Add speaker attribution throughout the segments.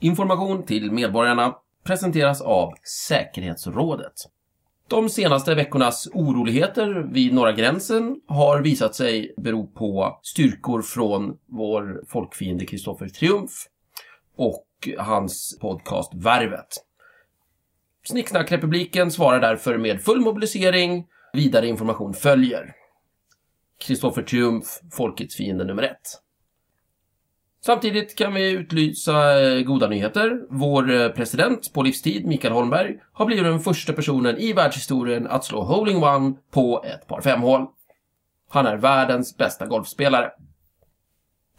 Speaker 1: Information till medborgarna presenteras av säkerhetsrådet. De senaste veckornas oroligheter vid norra gränsen har visat sig bero på styrkor från vår folkfiende Kristoffer Triumf och hans podcast Värvet. Snicksnackrepubliken svarar därför med full mobilisering. Vidare information följer. Kristoffer Triumf, folkets fiende nummer ett. Samtidigt kan vi utlysa eh, goda nyheter. Vår eh, president på livstid, Mikael Holmberg, har blivit den första personen i världshistorien att slå holding one på ett par femhål. Han är världens bästa golfspelare.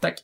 Speaker 1: Tack.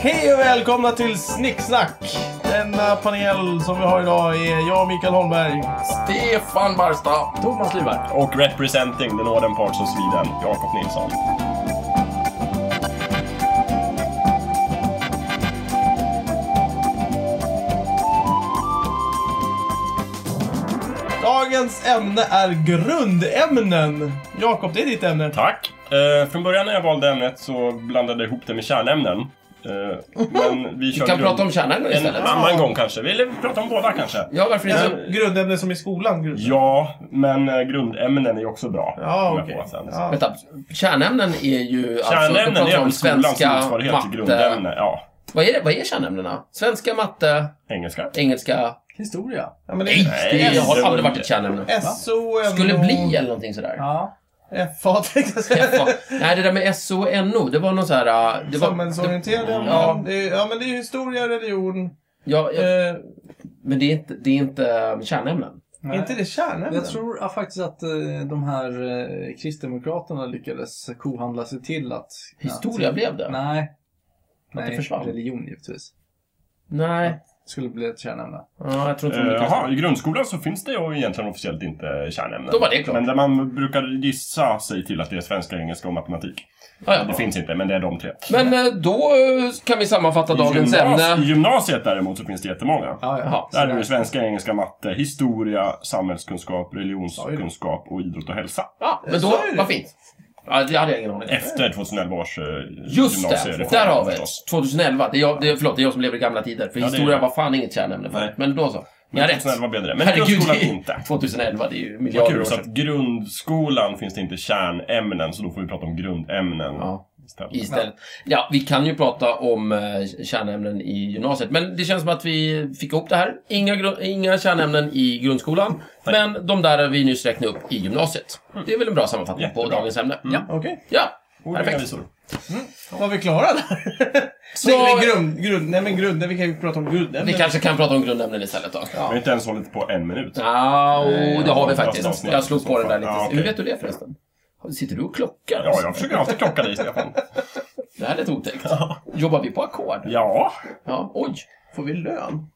Speaker 2: Hej och välkomna till Snicksnack! Denna panel som vi har idag är jag, Mikael Holmberg.
Speaker 1: Stefan Barsta.
Speaker 2: Thomas Lyberg.
Speaker 3: Och representing the northern parts of Sweden, Jakob Nilsson.
Speaker 2: Dagens ämne är grundämnen. Jakob, det är ditt ämne.
Speaker 3: Tack! Eh, från början när jag valde ämnet så blandade jag ihop det med kärnämnen. Eh, men vi
Speaker 1: Vi
Speaker 3: kör
Speaker 1: kan
Speaker 3: grund-
Speaker 1: prata om kärnan
Speaker 3: en
Speaker 1: istället.
Speaker 3: annan gång kanske. Eller prata om båda kanske.
Speaker 1: Ja, varför inte?
Speaker 2: Alltså, grundämnen som i skolan. Grund...
Speaker 3: Ja, men eh, grundämnen är ju också bra.
Speaker 2: Ja,
Speaker 3: Kommer jag
Speaker 2: okej.
Speaker 3: på sen.
Speaker 2: Ja.
Speaker 1: Vänta, kärnämnen är ju...
Speaker 3: Kärnämnen
Speaker 1: alltså,
Speaker 3: är väl skolans motsvarighet till grundämne. Ja,
Speaker 1: Vad är, det, vad är kärnämnena? Svenska, matte,
Speaker 3: engelska.
Speaker 1: engelska...
Speaker 4: Historia.
Speaker 2: Ja, men det
Speaker 1: Nej,
Speaker 2: är
Speaker 1: det har
Speaker 3: det-
Speaker 1: aldrig varit ett kärnämne.
Speaker 2: SO,
Speaker 1: Skulle
Speaker 2: NO,
Speaker 1: bli eller någonting sådär.
Speaker 4: Ja.
Speaker 2: FA tänkte jag
Speaker 1: Träffa.
Speaker 2: säga.
Speaker 1: Nej, det där med SO och NO, det var någon så här... äh, Det var, det,
Speaker 2: Samhällsorienterade ämnen.
Speaker 1: Ja.
Speaker 2: Ja. Det är, ja, men det är ju historia, religion.
Speaker 1: ja, ja,
Speaker 2: Eh,
Speaker 1: men det är inte, det är inte äh, kärnämnen.
Speaker 2: är inte det kärnämnen?
Speaker 4: Jag tror ja, faktiskt att eh, de här eh, kristdemokraterna lyckades kohandla sig till att...
Speaker 1: Historia
Speaker 4: att,
Speaker 1: blev det. Nej. det
Speaker 4: Nej. Nej,
Speaker 1: försvann.
Speaker 4: religion givetvis.
Speaker 1: Nej.
Speaker 4: Skulle bli ett kärnämne.
Speaker 1: Ja, jag tror inte de
Speaker 3: Eh,
Speaker 1: lyckades.
Speaker 3: Jaha, i grundskolan så finns det ju egentligen officiellt inte kärnämnen.
Speaker 1: Då var det klart.
Speaker 3: Men där man brukar gissa sig till att det är svenska, engelska och matematik.
Speaker 1: Ja,
Speaker 3: Det
Speaker 1: ja.
Speaker 3: finns inte, men det är de tre.
Speaker 1: Men äh, då äh, kan vi sammanfatta dagens
Speaker 3: I
Speaker 1: ämne.
Speaker 3: gymnasiet däremot så finns det jättemånga.
Speaker 4: Ja, ja.
Speaker 1: Jaha.
Speaker 3: Där är det svenska, engelska, matte, historia, samhällskunskap, religionskunskap och idrott och hälsa.
Speaker 1: Ja, men då,
Speaker 2: Så är det.
Speaker 1: vad fint. Ja, det hade jag ingen aning om.
Speaker 3: Efter 2011 års eh,
Speaker 1: Just det,
Speaker 3: gymnasiereform,
Speaker 1: där har vi
Speaker 3: förstås.
Speaker 1: 2011. Det är jag, det är, förlåt, det är jag som lever i gamla tider. För
Speaker 3: Ja, det är
Speaker 1: historia
Speaker 3: det.
Speaker 1: var fan inget kärnämne förut.
Speaker 3: Nej.
Speaker 1: Men då så. Ni har
Speaker 3: Men
Speaker 1: rätt.
Speaker 3: 2011 blev det det. Men
Speaker 1: Herregud,
Speaker 3: grundskolan
Speaker 1: det är-
Speaker 3: inte.
Speaker 1: 2011, det är ju
Speaker 3: Vad
Speaker 1: miljarder år
Speaker 3: kul, så att
Speaker 1: sedan.
Speaker 3: grundskolan finns det inte kärnämnen, så då får vi prata om grundämnen
Speaker 1: Ja.
Speaker 3: istället.
Speaker 1: istället. Ja, vi kan ju prata om eh, kärnämnen i gymnasiet, men det känns som att vi fick ihop det här. Inga, gru- inga kärnämnen i grundskolan, men de där vi nyss räknade upp i gymnasiet. Det är väl en bra sammanfattning på
Speaker 3: Mm. Jättebra. Mm.
Speaker 1: dagens ämne. Ja.
Speaker 2: Okej.
Speaker 1: ja,
Speaker 3: Ord och
Speaker 1: perfekt.
Speaker 3: revisor.
Speaker 2: Var vi klara där? Nej, men grund, grund, nej, men grund, vi kan ju prata om grundämnen.
Speaker 1: Vi kanske kan prata om grundämnen istället då.
Speaker 3: Vi har inte ens hållit på en minut.
Speaker 1: Ja, och det har vi
Speaker 3: jag
Speaker 1: faktiskt.
Speaker 3: måste
Speaker 1: Jag slog på den där
Speaker 3: Ja,
Speaker 1: lite.
Speaker 3: okej.
Speaker 1: Hur vet du det förresten? Sitter du och klockar?
Speaker 3: Ja, jag försöker alltid klocka dig, Stefan.
Speaker 1: Det här är lite otäckt. Jobbar vi på ackord?
Speaker 3: Ja,
Speaker 1: Ja, oj.
Speaker 2: Får vi lön?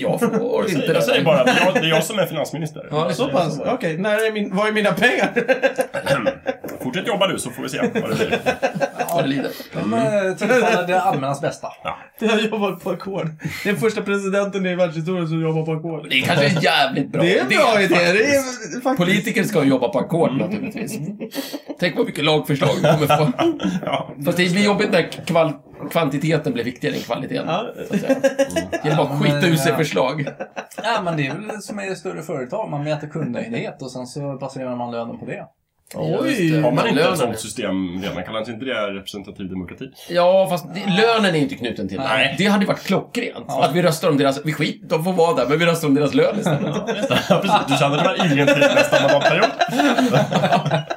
Speaker 1: Jag får inte
Speaker 3: jag säger
Speaker 1: det.
Speaker 3: bara att det är jag, det är jag som är finansminister.
Speaker 1: Ja, det är
Speaker 2: Så pass? Okej, när är min, vad är mina pengar?
Speaker 3: Fortsätt jobba du så får vi se vad det blir.
Speaker 1: Vad det lider.
Speaker 4: De eh, tilltalar det allmännas bästa.
Speaker 2: Jag har jobbat på ackord. Det är första presidenten i världshistorien som jobbar på ackord.
Speaker 1: Det är kanske är jävligt bra
Speaker 2: Det är en bra idé. Det är faktiskt.
Speaker 1: Politiker ska ju jobba på ackord naturligtvis. Tänk vad mycket lagförslag vi kommer få.
Speaker 3: Ja.
Speaker 1: Fast det blir jobbigt när kval kvantiteten blir viktigare än kvaliteten.
Speaker 2: Ja.
Speaker 1: så att säga. Genom att skita ur sig förslag.
Speaker 4: Nej, men det är väl som i större företag. Man mäter kundnöjdhet och sen så baserar man lönen på det.
Speaker 2: Oj!
Speaker 1: Mm.
Speaker 3: Har man inte
Speaker 1: Lönen
Speaker 3: ett
Speaker 1: är-
Speaker 3: sånt system redan? Kallas inte det representativ demokrati?
Speaker 1: Ja, fast det, lönen är inte knuten till det.
Speaker 3: Nej.
Speaker 1: Det hade varit klockrent. Att vi röstar om deras... Vi skit, de får vara där, men vi röstar om deras lön istället. typ
Speaker 3: Ja, precis. Du tjänar väl ingenting nästa mandatperiod?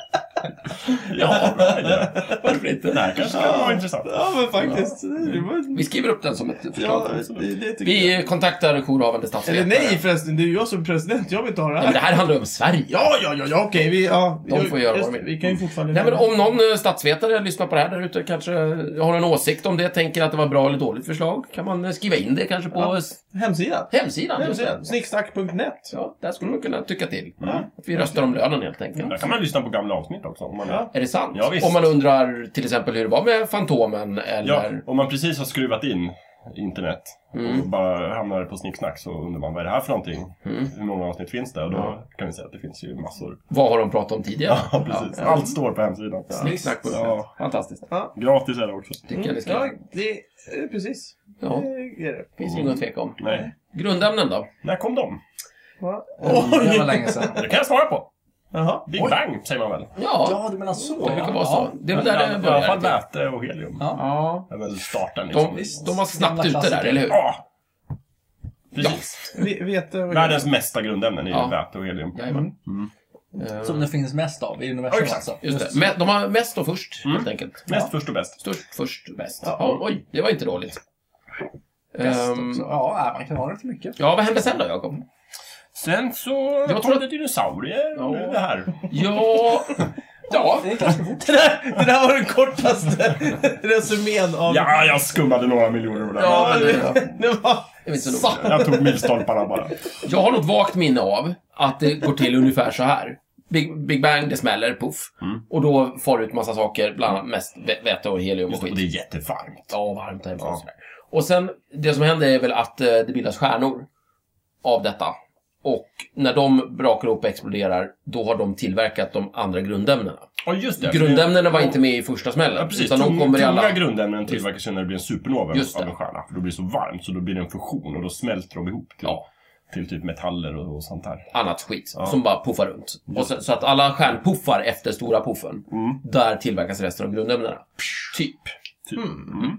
Speaker 3: Ja, bra idé. Varför inte? Det här kanske kan vara intressant.
Speaker 2: Ja, men faktiskt. Det var...
Speaker 1: Vi skriver upp den som ett förslag.
Speaker 2: Ja, det, det tycker jag.
Speaker 1: Vi eh, kontaktar jourhavande statsvetare.
Speaker 2: Eller nej förresten, det är ju jag som är president. Jag vill inte ha det
Speaker 1: Nej, men
Speaker 2: här.
Speaker 1: det här handlar om Sverige.
Speaker 2: Ja, ja, ja, ja okej. Vi, ja,
Speaker 1: De får göra vad de vill. Mm.
Speaker 2: Vi kan ju fortfarande...
Speaker 1: Nej, men om någon eh, statsvetare lyssnar på det här där ute kanske eh, har en åsikt om det, tänker att det var bra eller dåligt förslag, kan man eh, skriva in det kanske på
Speaker 2: Ja.
Speaker 1: eh,
Speaker 2: Hemsida.
Speaker 1: hemsidan? just det.
Speaker 2: Hemsidan. Snicksnack.net.
Speaker 1: Ja, där skulle man kunna tycka till.
Speaker 3: Mm.
Speaker 2: Ja.
Speaker 1: Att vi röstar om lönen helt enkelt.
Speaker 3: Där kan man lyssna på gamla avsnitt också. Om man
Speaker 2: Ja.
Speaker 1: Är det sant?
Speaker 3: Ja, visst.
Speaker 1: Om man undrar till exempel hur det var med Fantomen
Speaker 3: Ja,
Speaker 1: eller...
Speaker 3: om man precis har skruvat in internet och
Speaker 1: Mm.
Speaker 3: bara hamnar på snicksnack så undrar man vad är det här för någonting?
Speaker 1: Mm.
Speaker 3: Hur många avsnitt finns det? Och då
Speaker 1: Ja.
Speaker 3: kan vi säga att det finns ju massor.
Speaker 1: Vad har de pratat om tidigare?
Speaker 3: Ja, precis.
Speaker 1: Ja.
Speaker 3: Allt står på hemsidan.
Speaker 1: Snicksnack på det.
Speaker 3: Ja. Mm.
Speaker 1: Fantastiskt.
Speaker 3: Gratis är det också.
Speaker 1: Tycker jag det ska...
Speaker 2: Ja,
Speaker 1: Ja,
Speaker 2: det är eh, precis.
Speaker 1: ja.
Speaker 2: Det är det.
Speaker 1: finns inget att tveka om.
Speaker 3: Nej.
Speaker 1: Grundämnen då?
Speaker 3: När kom de?
Speaker 2: Va?
Speaker 4: Det var
Speaker 2: Oj!
Speaker 4: länge sedan.
Speaker 3: Det kan jag svara på.
Speaker 2: Jaha.
Speaker 3: Big Bang säger man väl?
Speaker 1: Ja,
Speaker 4: Ja, du menar så.
Speaker 1: det brukar vara
Speaker 4: Ja,
Speaker 1: så. Det är väl där det
Speaker 3: I alla fall
Speaker 1: börjar.
Speaker 3: väte och helium.
Speaker 1: Ja.
Speaker 3: Det är väl starten liksom.
Speaker 1: De,
Speaker 4: visst.
Speaker 1: de var snabbt
Speaker 4: Gamla
Speaker 1: ute där,
Speaker 4: klassiker.
Speaker 1: eller hur?
Speaker 3: Ja! Precis.
Speaker 2: Vi, vet du vad
Speaker 3: Världens mesta grundämnen är ju
Speaker 1: Ja.
Speaker 3: väte och helium.
Speaker 1: Jajamän.
Speaker 3: Mm.
Speaker 1: Eh,
Speaker 4: Som det finns mest av i universum
Speaker 3: Ja, exakt.
Speaker 4: alltså.
Speaker 1: Just det. Me- De har mest och först, helt enkelt.
Speaker 3: Mest först och bäst.
Speaker 1: Störst, först, bäst.
Speaker 2: Ja.
Speaker 1: Ja, oj, det var inte dåligt.
Speaker 4: Bäst
Speaker 1: Ehm,
Speaker 4: också. Ja, äh, man kan ha det till mycket.
Speaker 1: ja, vad hände sen då, Jakob?
Speaker 3: Sen så
Speaker 1: Jag
Speaker 3: kom
Speaker 1: tror-
Speaker 3: det dinosaurier och
Speaker 1: Ja.
Speaker 3: nu det här.
Speaker 1: Ja... Ja,
Speaker 4: Det gick ganska fort.
Speaker 2: Det där, det där var den kortaste resumén av...
Speaker 3: Ja, jag skummade några miljoner på det.
Speaker 1: Ja, men det-
Speaker 2: det var...
Speaker 1: det är inte så noga.
Speaker 3: Jag tog milstolparna bara.
Speaker 1: Jag har något vagt minne av att det går till ungefär så här. Big, Big Bang, det smäller, puff. Och då far ut massa saker, bland annat mest vä- väte och helium och
Speaker 3: Och det
Speaker 1: skit.
Speaker 3: är jättevarmt.
Speaker 1: Ja, varmt och hemskt
Speaker 3: Ja.
Speaker 1: och sådär. Och sen, det som händer är väl att eh, det bildas stjärnor av detta. Och när de brakar ihop och exploderar, då har de tillverkat de andra grundämnena.
Speaker 3: Ja, just det.
Speaker 1: Grundämnena var inte med i första smällen,
Speaker 3: Ja, precis.
Speaker 1: utan de kommer i alla...
Speaker 3: Tunga grundämnen tillverkas ju när det blir en supernova
Speaker 1: Just
Speaker 3: av
Speaker 1: det.
Speaker 3: en stjärna. För då blir det så varmt, så då blir det en fusion och då smälter de ihop till,
Speaker 1: Ja.
Speaker 3: till typ metaller och, och sånt här.
Speaker 1: annat skit
Speaker 3: Ja.
Speaker 1: som bara puffar runt. Och så, så att alla stjärnpuffar efter stora puffen,
Speaker 3: Mm.
Speaker 1: där tillverkas resten av grundämnena. Typ. Mm.
Speaker 3: Typ.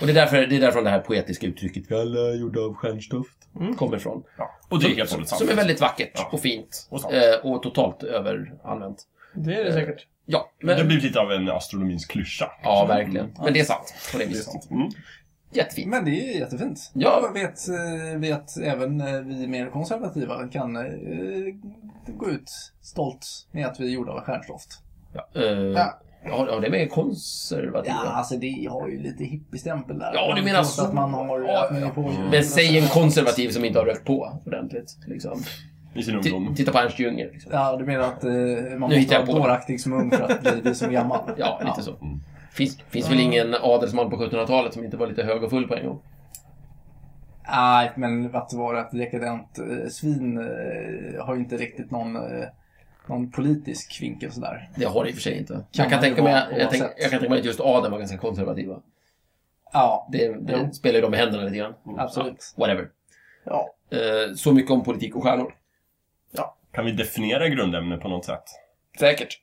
Speaker 1: Och det är, därför, det är därför det här poetiska uttrycket Vi alla är gjorda av stjärnstoft kommer ifrån.
Speaker 3: Ja. Mm. Och det är helt och hållet sant.
Speaker 1: Som är väldigt vackert
Speaker 3: Ja.
Speaker 1: och fint.
Speaker 3: Och
Speaker 1: Och,
Speaker 3: sant.
Speaker 1: eh, och totalt överanvänt.
Speaker 2: Det är det säkert.
Speaker 1: Ja,
Speaker 3: Det har
Speaker 1: men,
Speaker 3: blivit lite av en astronomins klyscha.
Speaker 1: ja verkligen. Men det är sant på det
Speaker 3: Det är
Speaker 1: viset.
Speaker 3: sant. Mm.
Speaker 1: Jättefint.
Speaker 4: Men det är ju jättefint.
Speaker 1: Ja.
Speaker 4: Jag vet, eh, vet även eh, vi mer konservativa kan eh, gå ut stolt med att vi är gjorda av stjärnstoft.
Speaker 1: Ja, eh, ja. ja, det är mer konservativa.
Speaker 4: Ja, alltså det har ju lite hippiestämpel där.
Speaker 1: Ja, du
Speaker 4: Man
Speaker 1: menar
Speaker 4: tror
Speaker 1: så.
Speaker 4: Att man har,
Speaker 1: Ja,
Speaker 4: att man är på
Speaker 1: Men säg en konservativ som inte har rökt på ordentligt. Liksom.
Speaker 3: I sin
Speaker 1: Ti-
Speaker 3: ungdom.
Speaker 1: Titta på Ernst Jünger. Liksom.
Speaker 4: Ja, du menar att eh, man
Speaker 1: Nu hittar
Speaker 4: måste
Speaker 1: jag
Speaker 4: vara
Speaker 1: på.
Speaker 4: dåraktig som ung för att bli, bli som gammal?
Speaker 1: Ja, lite så. Finns, finns väl ingen adelsman på 1700-talet som inte var lite hög och full på en gång?
Speaker 4: Nej, men att vara ett dekadent eh, svin eh, har ju inte riktigt någon, eh, någon politisk vinkel sådär.
Speaker 1: Det har det i och för sig inte.
Speaker 4: Kan
Speaker 1: Jag kan,
Speaker 4: man ju
Speaker 1: tänka mig,
Speaker 4: vara
Speaker 1: jag, tänk,
Speaker 4: oavsett.
Speaker 1: jag kan tänka mig att just adeln var ganska konservativa.
Speaker 4: Ja,
Speaker 1: Det, det
Speaker 4: Jo.
Speaker 1: spelar ju dem i händerna lite grann.
Speaker 4: absolut.
Speaker 1: Ja, whatever.
Speaker 2: Ja.
Speaker 1: Eh, så mycket om politik och stjärnor.
Speaker 3: Kan vi definiera grundämnen på något sätt?
Speaker 1: Säkert.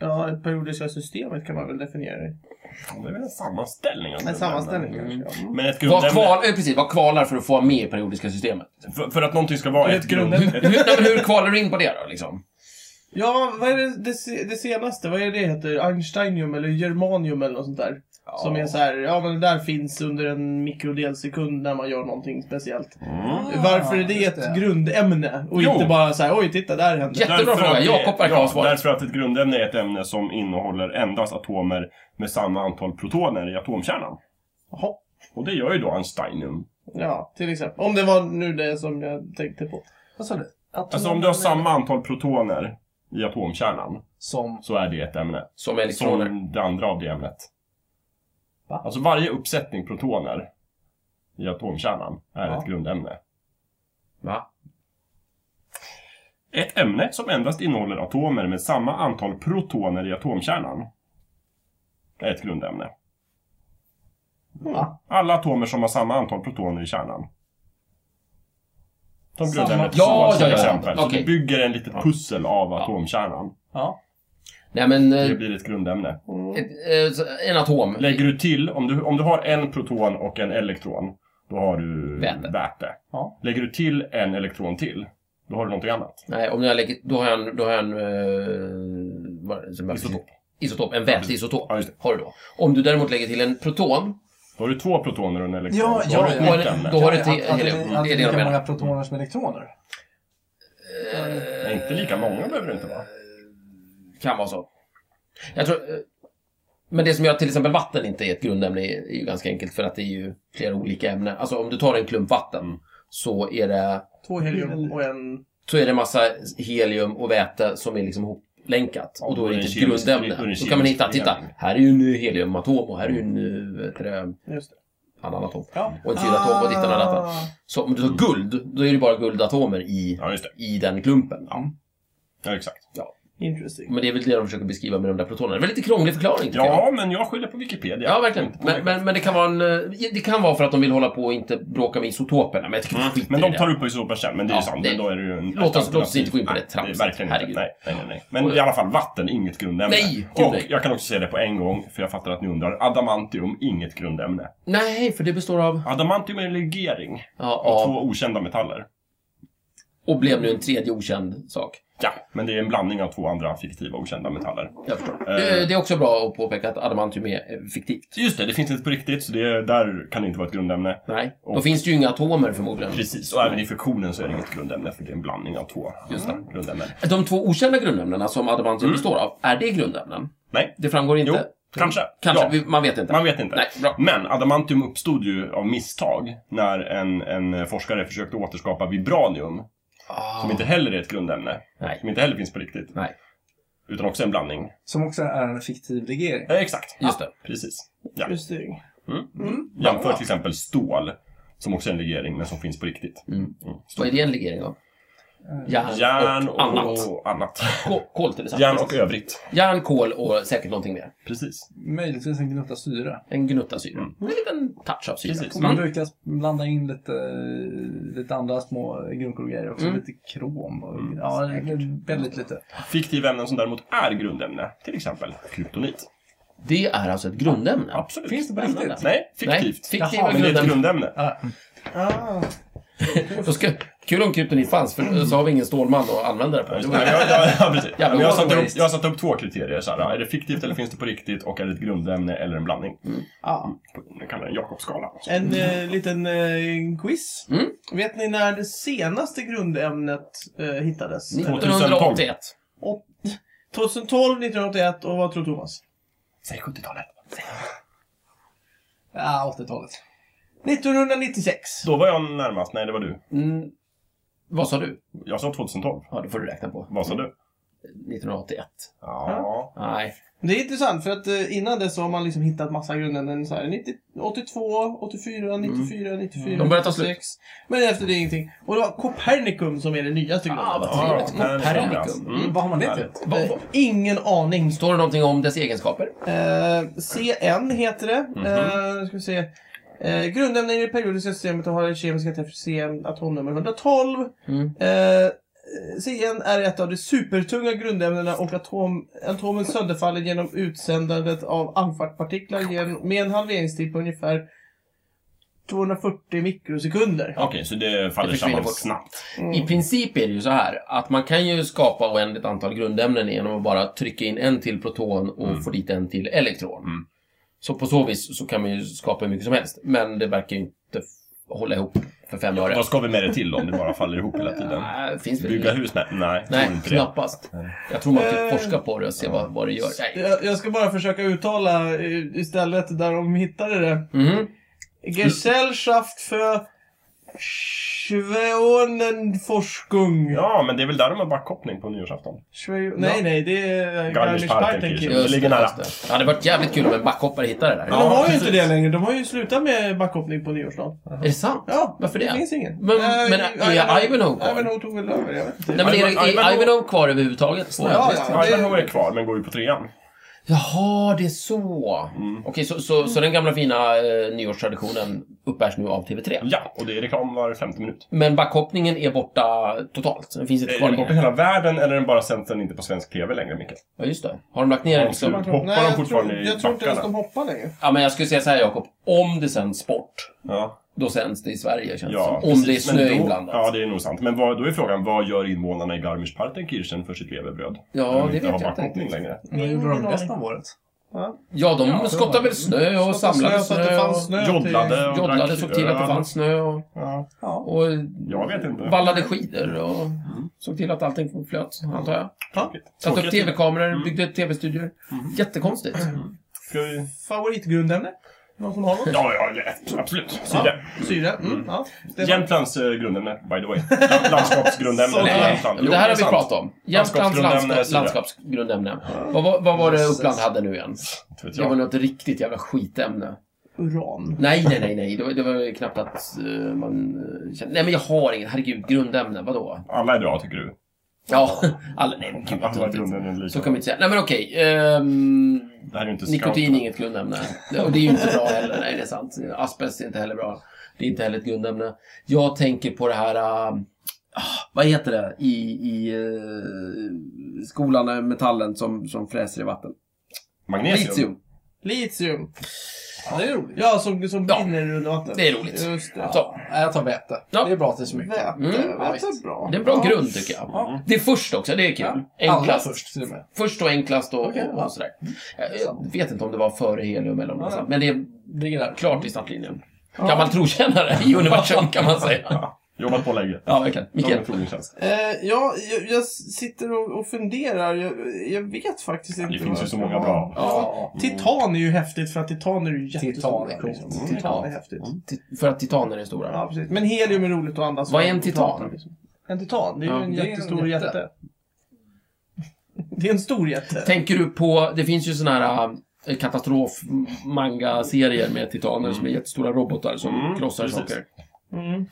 Speaker 2: Ja, det periodiska systemet kan man väl definiera det.
Speaker 3: Ja, Det är väl en sammanställning av
Speaker 2: En
Speaker 3: grundämnen.
Speaker 2: sammanställning kanske. ja.
Speaker 3: Men ett
Speaker 1: Vad,
Speaker 3: grundämne,
Speaker 1: kval, eh, precis, vad kvalar för att få med i periodiska systemet?
Speaker 3: för, för att någonting ska vara
Speaker 2: Ett
Speaker 3: ett, grundämne.
Speaker 1: Hur, nej, men hur kvalar du in på det då? Liksom?
Speaker 2: Ja, vad är det, det, se- det senaste? Vad är det heter? Einsteinium eller germanium eller något sånt där? Som är så här, ja men det där finns under en mikrodelsekund när man gör någonting speciellt.
Speaker 3: Mm.
Speaker 2: Varför är det
Speaker 4: Ah, just
Speaker 2: ett grundämne? Och
Speaker 3: Jo.
Speaker 2: inte bara så här, oj titta där hände
Speaker 1: Jättebra
Speaker 3: Därför
Speaker 1: fråga.
Speaker 3: att det-
Speaker 1: Jakob verkar ha svaret.
Speaker 3: Därför att ett grundämne är ett ämne som innehåller endast atomer med samma antal protoner i atomkärnan.
Speaker 2: Jaha.
Speaker 3: Och det gör ju då Einsteinium.
Speaker 2: Ja, till exempel. Om det var nu det som jag tänkte på.
Speaker 4: Vad sa du? Att
Speaker 3: Alltså om du har samma antal protoner i atomkärnan
Speaker 4: Som...
Speaker 3: så är det ett ämne.
Speaker 1: Som elektroner.
Speaker 3: Som det andra av det ämnet.
Speaker 4: Va?
Speaker 3: Alltså varje uppsättning protoner i atomkärnan är
Speaker 4: Ja.
Speaker 3: ett grundämne.
Speaker 1: Va?
Speaker 3: Ett ämne som endast innehåller atomer med samma antal protoner i atomkärnan är ett grundämne.
Speaker 4: Va?
Speaker 3: Alla atomer som har samma antal protoner i kärnan. Som
Speaker 4: Samma-
Speaker 3: grundämnet
Speaker 1: Ja,
Speaker 3: till
Speaker 1: ja, ja, ja.
Speaker 3: exempel. Så
Speaker 1: Okej.
Speaker 3: du bygger en litet pussel av atomkärnan.
Speaker 4: Ja.
Speaker 1: Nej men, eh,
Speaker 3: Det blir ett grundämne.
Speaker 1: ett, eh, en atom.
Speaker 3: Lägger du till, om du, om du har en proton och en elektron, då har du
Speaker 1: Väte.
Speaker 4: Ja.
Speaker 3: Lägger du till en elektron till, då har du någonting annat.
Speaker 1: Nej, om jag lägger, då har jag en, då har jag en eh, vad- som jag-
Speaker 3: Isotop.
Speaker 1: Isotop, en väteisotop
Speaker 3: Ja, just det.
Speaker 1: har du då. Om du däremot lägger till en proton,
Speaker 3: Då har du två protoner och en elektron.
Speaker 4: Ja,
Speaker 3: Då har
Speaker 4: ja,
Speaker 3: du
Speaker 4: ja.
Speaker 3: ihop den.
Speaker 1: Då har du
Speaker 4: att,
Speaker 1: till-
Speaker 4: att, det-
Speaker 1: helium.
Speaker 4: att
Speaker 1: Det
Speaker 4: det
Speaker 1: är
Speaker 4: är
Speaker 1: det jag
Speaker 4: lika
Speaker 1: menar.
Speaker 4: många protoner som elektroner.
Speaker 3: Nej, Inte lika många behöver det inte vara.
Speaker 1: Eh, kan vara så. Jag tror, eh, men det som gör att till exempel vatten inte är ett grundämne är, är ju ganska enkelt för att det är ju flera olika ämnen. Alltså om du tar en klump vatten
Speaker 3: Mm.
Speaker 1: så är det
Speaker 2: Två helium och en...
Speaker 1: så är det massa helium och väte som är liksom hoplänkat.
Speaker 3: Ja,
Speaker 1: Och då är det inte ett
Speaker 3: kemisk- då är det
Speaker 1: grundämne.
Speaker 3: en
Speaker 1: Då kan man
Speaker 3: kemisk
Speaker 1: hitta, titta,
Speaker 3: förening.
Speaker 1: här är ju en heliumatom och här är ju en eh, vet du det,
Speaker 2: Just det.
Speaker 1: annan atom.
Speaker 2: Ja.
Speaker 1: Och en syratom och dittan och dattan.
Speaker 2: Ah.
Speaker 1: Så om du tar guld, då är det bara guldatomer i,
Speaker 3: Ja, just det.
Speaker 1: i den klumpen.
Speaker 3: Ja, exakt.
Speaker 2: Interesting.
Speaker 1: Men det är väl det de försöker beskriva med de där protonerna. Det är väl lite krånglig förklaring. tycker jag.
Speaker 3: Ja, men jag skyller på Wikipedia.
Speaker 1: Ja, verkligen.
Speaker 3: Inte på mig
Speaker 1: Men, men, men det, kan vara en, eh, det kan vara för att de vill hålla på och inte bråka med isotoperna. Men jag tycker vi
Speaker 3: Mm.
Speaker 1: skiter
Speaker 3: Men
Speaker 1: i
Speaker 3: de
Speaker 1: det.
Speaker 3: tar upp på isopen sen, men det är ju
Speaker 1: Ja,
Speaker 3: sant.
Speaker 1: det-
Speaker 3: Men då är det ju en
Speaker 1: Låt oss- låt oss inte gå in på det
Speaker 3: Nej,
Speaker 1: tramset.
Speaker 3: är verkligen
Speaker 1: Herregud.
Speaker 3: inte. Nej, nej, nej, nej. Men i alla fall, vatten, inget grundämne.
Speaker 1: Nej, gud,
Speaker 3: Och
Speaker 1: nej.
Speaker 3: jag kan också säga det på en gång, för jag fattar att ni undrar. Adamantium, inget grundämne.
Speaker 1: Nej, för det består av...
Speaker 3: Adamantium är en legering
Speaker 1: Ja,
Speaker 3: av
Speaker 1: av
Speaker 3: två okända metaller.
Speaker 1: och blev nu en tredje okänd sak.
Speaker 3: Ja, men det är en blandning av två andra fiktiva okända metaller.
Speaker 1: Jag förstår.
Speaker 3: Eh.
Speaker 1: Det, det är också bra att påpeka att adamantium är eh, fiktivt.
Speaker 3: Just det, det finns inte på riktigt, så det, där kan det inte vara ett grundämne.
Speaker 1: Nej, då
Speaker 3: Och-
Speaker 1: finns det ju inga atomer förmodligen.
Speaker 3: Precis, och även i friktionen så är det inget grundämne, för det är en blandning av två
Speaker 1: Just det.
Speaker 3: grundämnen.
Speaker 1: De två okända grundämnena som adamantium består av, är det grundämnen?
Speaker 3: Mm. Nej.
Speaker 1: Det framgår inte?
Speaker 3: Jo, kanske.
Speaker 1: Kanske,
Speaker 3: Ja.
Speaker 1: vi, man vet inte.
Speaker 3: Man vet inte.
Speaker 1: Nej, bra.
Speaker 3: Men adamantium uppstod ju av misstag när en, en forskare försökte återskapa vibranium,
Speaker 1: Ah.
Speaker 3: som inte heller är ett grundämne,
Speaker 1: Nej.
Speaker 3: som inte heller finns på riktigt,
Speaker 1: Nej,
Speaker 3: utan också en blandning.
Speaker 4: Som också är en fiktiv legering.
Speaker 3: Eh, exakt,
Speaker 1: Ah, just det.
Speaker 3: precis. Ja.
Speaker 2: Interesting.
Speaker 3: Jämför till exempel stål, som också är en legering, men som finns på riktigt.
Speaker 1: Mm.
Speaker 3: Mm.
Speaker 1: Vad är det en legering av?
Speaker 3: Eh,
Speaker 1: Järn,
Speaker 3: Järn och
Speaker 1: annat.
Speaker 3: annat.
Speaker 1: Ko- Kol till exempel.
Speaker 3: Järn och övrigt.
Speaker 1: Järn, kol och säkert någonting mer.
Speaker 3: Precis.
Speaker 4: Möjligtvis en gnutta syra.
Speaker 1: En gnutta syra.
Speaker 3: Mm.
Speaker 1: En liten touch av syra. Mm.
Speaker 3: Precis.
Speaker 4: Och man brukar blanda in lite, lite andra små grunkologrejer också.
Speaker 1: Mm.
Speaker 4: Lite krom och ja, väldigt lite.
Speaker 3: Fiktiva ämnen som däremot är grundämne, till exempel kryptonit.
Speaker 1: Det är alltså ett grundämne.
Speaker 3: Absolut.
Speaker 4: Finns det på
Speaker 3: Spännande.
Speaker 4: riktigt?
Speaker 3: Nej,
Speaker 1: Nej,
Speaker 3: fiktivt.
Speaker 1: fiktiva
Speaker 3: men det är ett
Speaker 1: grundämnen.
Speaker 3: grundämne.
Speaker 2: Ah.
Speaker 1: Då ska, kul om kryptonit fanns, för så har vi ingen Stålman att använda det på.
Speaker 3: Ja, just det. Nej, jag- jag- ja, precis.
Speaker 1: Jävla
Speaker 3: Men jag har satt upp-
Speaker 1: waste.
Speaker 3: jag har satt upp två kriterier. Så här, är det fiktivt eller finns det på riktigt? Och är det ett grundämne eller en blandning?
Speaker 2: Ah.
Speaker 3: Jag kallar den Jakobsskala.
Speaker 2: En eh, liten eh, quiz.
Speaker 1: Mm.
Speaker 2: Vet ni när det senaste grundämnet eh, hittades?
Speaker 1: 1981.
Speaker 2: Och- 2012, 1981 och vad tror Thomas?
Speaker 3: Säg 70-talet.
Speaker 4: Ja, 80-talet.
Speaker 2: 1996.
Speaker 3: Då var jag närmast. Nej, det var du.
Speaker 1: Mm. Vad sa du?
Speaker 3: Jag sa 2012.
Speaker 1: Ja, det får du räkna på.
Speaker 3: Vad sa du?
Speaker 1: 1981.
Speaker 3: Ja.
Speaker 1: Nej.
Speaker 2: Det är intressant för att eh, innan dess så har man liksom hittat massa grundämnen. Så här, 90, 82, 84, 94, 94,
Speaker 1: Mm. De börjar ta slut.
Speaker 2: 96. Men efter det är ingenting. Och det var Copernicum som är det nyaste
Speaker 1: Ah,
Speaker 2: grundämnet.
Speaker 1: vad trevligt.
Speaker 3: Ja, men-
Speaker 1: Copernicum.
Speaker 3: Mm.
Speaker 4: Vad har man det till?
Speaker 1: Vad-
Speaker 2: Eh,
Speaker 1: vad-
Speaker 2: Ingen aning.
Speaker 1: Står det någonting om dess egenskaper?
Speaker 2: Eh, CN heter det. Eh, ska vi se. Eh, grundämnen i det periodiska systemet och har ett kemiska CN atomnummer 112.
Speaker 1: Mm.
Speaker 2: Eh, CN är ett av de supertunga grundämnena och atom, atomen sönderfaller genom utsändandet av alfapartiklar gen- med en halveringstid på ungefär 240 mikrosekunder.
Speaker 3: Okej, så det faller
Speaker 1: Det försvinner
Speaker 3: samman
Speaker 1: bort.
Speaker 3: snabbt.
Speaker 1: I princip är det ju så här att man kan ju skapa oändligt antal grundämnen genom att bara trycka in en till proton och få dit en till elektron.
Speaker 3: Mm.
Speaker 1: Så på så vis så kan man ju skapa hur mycket som helst. Men det verkar ju inte f- hålla ihop för fem öre.
Speaker 3: Vad ska vi med det till om det bara faller ihop hela tiden?
Speaker 1: Nej, finns väl
Speaker 3: Bygga
Speaker 1: inget.
Speaker 3: hus? Nej, nej,
Speaker 1: Nej,
Speaker 3: tror inte det.
Speaker 1: knappast. Jag tror man
Speaker 2: Eh.
Speaker 1: typ forskar på det och ser vad, vad det gör. Nej.
Speaker 2: Jag, jag ska bara försöka uttala eh, istället där de hittade det.
Speaker 1: Mhm.
Speaker 2: Gesellschaft för Schweonenforschung.
Speaker 3: Ja, men det är väl där de har backkoppling på nyårsafton.
Speaker 2: Schweo- Nej, nej, det är eh,
Speaker 3: Garmisch-Partenkirchen.
Speaker 2: Garmisch-Partenkirchen.
Speaker 3: Det
Speaker 1: Just
Speaker 3: ligger nära.
Speaker 1: just Det hade varit jävligt kul om en backhoppare hittade det där.
Speaker 2: Men de har ju inte
Speaker 3: precis.
Speaker 2: det längre. De har ju slutat med backhoppning på nyårsdagen.
Speaker 1: Är det sant?
Speaker 2: Ja,
Speaker 1: Varför
Speaker 2: Det
Speaker 1: det?
Speaker 2: finns ingen.
Speaker 1: Men-
Speaker 2: Eh,
Speaker 1: men
Speaker 2: i-
Speaker 1: är
Speaker 2: Ivanhoe-
Speaker 1: Ivanhoe kvar?
Speaker 2: Ivanhoe tog väl över, jag vet inte.
Speaker 1: Nej, men är, det, är
Speaker 3: Ivanhoe-
Speaker 1: Ivanhoe kvar överhuvudtaget?
Speaker 2: Ja, ja.
Speaker 3: Ja, Ivanhoe är kvar, men går ju på trean.
Speaker 1: Jaha, det är så.
Speaker 3: Mm.
Speaker 1: Okej, så, så, så den gamla fina eh, nyårstraditionen uppbärs nu av TV3.
Speaker 3: Ja, och det är reklam var femte minut.
Speaker 1: Men backhoppningen är borta totalt. Den finns inte
Speaker 3: Är
Speaker 1: kvar
Speaker 3: Eh, den borta i
Speaker 1: längre.
Speaker 3: hela världen eller är den bara sänds den inte på svensk TV längre, Micke?
Speaker 1: Ja, just det. Har de lagt ner den?
Speaker 3: Absolut.
Speaker 1: liksom?
Speaker 3: Hoppar
Speaker 2: Nej,
Speaker 3: de
Speaker 2: jag
Speaker 3: fortfarande
Speaker 2: tror,
Speaker 3: i
Speaker 2: Jag tror inte ens de
Speaker 3: backarna?
Speaker 2: hoppar längre.
Speaker 1: Ja, men jag skulle säga så här, Jakob. Om det sänds sport,
Speaker 3: Ja.
Speaker 1: då sänds det i Sverige känns det
Speaker 3: Ja,
Speaker 1: som. Om det är
Speaker 3: precis, men
Speaker 1: snö
Speaker 3: då-
Speaker 1: inblandat.
Speaker 3: Ja, det är nog sant. Men vad, då är frågan, vad gör invånarna i Garmisch-Partenkirchen för sitt levebröd?
Speaker 1: Ja,
Speaker 3: När de
Speaker 1: det
Speaker 3: inte
Speaker 1: vet
Speaker 3: har
Speaker 1: jag inte
Speaker 3: backhoppning
Speaker 1: riktigt.
Speaker 3: längre.
Speaker 4: Vad gjorde de resten av året?
Speaker 2: Ja.
Speaker 1: Ja, de
Speaker 4: Ja,
Speaker 1: skottade väl snö och samlade
Speaker 2: så
Speaker 1: snö.
Speaker 2: att det
Speaker 1: och-
Speaker 2: fanns snö. till-
Speaker 3: Joddlade och
Speaker 1: Joddlade,
Speaker 3: drack
Speaker 1: såg till att det
Speaker 3: öl.
Speaker 1: fanns snö och,
Speaker 3: Ja,
Speaker 4: Ja.
Speaker 1: och
Speaker 3: jag vet inte.
Speaker 1: vallade skidor och såg till att allting flöt, antar jag.
Speaker 3: Tråkigt.
Speaker 1: Satte upp
Speaker 3: Mm. Tråkigt. Mm.
Speaker 1: tv-kameror, byggde tv-studior. Jättekonstigt.
Speaker 3: Ska vi...
Speaker 2: Favoritgrundämne? Någon som har något?
Speaker 3: Ja, ja, lätt. absolut. Syre.
Speaker 2: Syre? Mm. Ja. Det var-
Speaker 3: Jämtlands eh, grundämne, by the way. Land- Landskapsgrundämne.
Speaker 2: Nej,
Speaker 3: Jämtland.
Speaker 1: Nej,
Speaker 3: Jo,
Speaker 1: men det här har vi
Speaker 3: sant.
Speaker 1: pratat om. Jämtlands
Speaker 3: Landskapsgrundämne,
Speaker 1: landskap,
Speaker 3: Syrien.
Speaker 1: landskapsgrundämne. Vad, var- vad var det Uppland hade nu igen?
Speaker 3: Inte vet
Speaker 1: Det var
Speaker 3: jag.
Speaker 1: något riktigt jävla skitämne.
Speaker 2: Uran.
Speaker 1: Nej, nej, nej, nej. Det var, det var knappt att eh, man eh, kände... Nej, men jag har inget. Herregud, grundämne. Vadå?
Speaker 3: Alla är bra, tycker du?
Speaker 1: Ja, alla... Nej, men gud vad
Speaker 3: Alla
Speaker 1: töntigt.
Speaker 3: grundämnen är lika.
Speaker 1: Så kan vi inte säga. Nej, men okej. ehm,
Speaker 3: Det här är ju inte
Speaker 1: nikotin är
Speaker 3: scouterna.
Speaker 1: inget grundämne. Det- Och det är ju inte bra heller. Nej, det är sant. Asbest är inte heller bra. Det är inte heller ett grundämne. Jag tänker på det här... ah, vad heter det? I, i eh, skolan, är metallen som, som fräser i vatten.
Speaker 3: Magnesium.
Speaker 1: Litium.
Speaker 2: Litium.
Speaker 4: ja, det är roligt.
Speaker 2: Ja, som, som
Speaker 1: Ja.
Speaker 2: brinner under vatten.
Speaker 1: Det är roligt.
Speaker 2: Just det.
Speaker 1: Så.
Speaker 4: Ja, Jag tar väte.
Speaker 1: Ja.
Speaker 4: Det är bra att det är så mycket.
Speaker 2: Väte.
Speaker 1: Mm,
Speaker 4: ja,
Speaker 2: Väte är
Speaker 4: visst.
Speaker 2: bra.
Speaker 1: Det är en bra
Speaker 2: Ja.
Speaker 1: grund tycker jag.
Speaker 4: Ja.
Speaker 1: Det är först också, det är kul.
Speaker 4: Alla
Speaker 1: Enklast.
Speaker 4: först till och med.
Speaker 1: Först och enklast och,
Speaker 4: Okej, ja.
Speaker 1: och sådär. Jag, jag vet inte om det var före helium eller om det var
Speaker 4: Ja, ja.
Speaker 1: sant, men det är
Speaker 4: Ligger där.
Speaker 1: klart i startlinjen. Gammal trotjänare i universum kan man säga.
Speaker 3: Ja. Jobbat på länge.
Speaker 1: Ja, verkligen.
Speaker 3: Som en
Speaker 1: Mikael?
Speaker 3: provningstjänst.
Speaker 2: Eh, ja, jag, jag sitter och, och funderar. Jag, jag vet faktiskt inte.
Speaker 3: Det
Speaker 2: vad
Speaker 3: finns ju
Speaker 2: jag
Speaker 3: så
Speaker 2: ska
Speaker 3: många
Speaker 2: ha.
Speaker 3: bra.
Speaker 2: Ja. Titan är ju häftigt för att titan är ju jättestora.
Speaker 4: Titan är coolt.
Speaker 1: Mm.
Speaker 2: liksom. Titan är häftigt.
Speaker 1: Ti- För att titaner är stora?
Speaker 2: Ja, precis. Men helium är roligt att andas.
Speaker 1: Vad är en
Speaker 2: och
Speaker 1: titan?
Speaker 2: prata, liksom. En titan, det är ju
Speaker 1: Ja,
Speaker 2: en
Speaker 4: det är en
Speaker 2: jättestor jätte.
Speaker 4: jätte.
Speaker 2: Det är en stor jätte.
Speaker 1: Tänker du på, det finns ju sådana här äh, katastrof-manga-serier med titaner som är jättestora robotar som
Speaker 3: Mm,
Speaker 1: krossar
Speaker 3: precis.
Speaker 1: saker.
Speaker 2: Mm.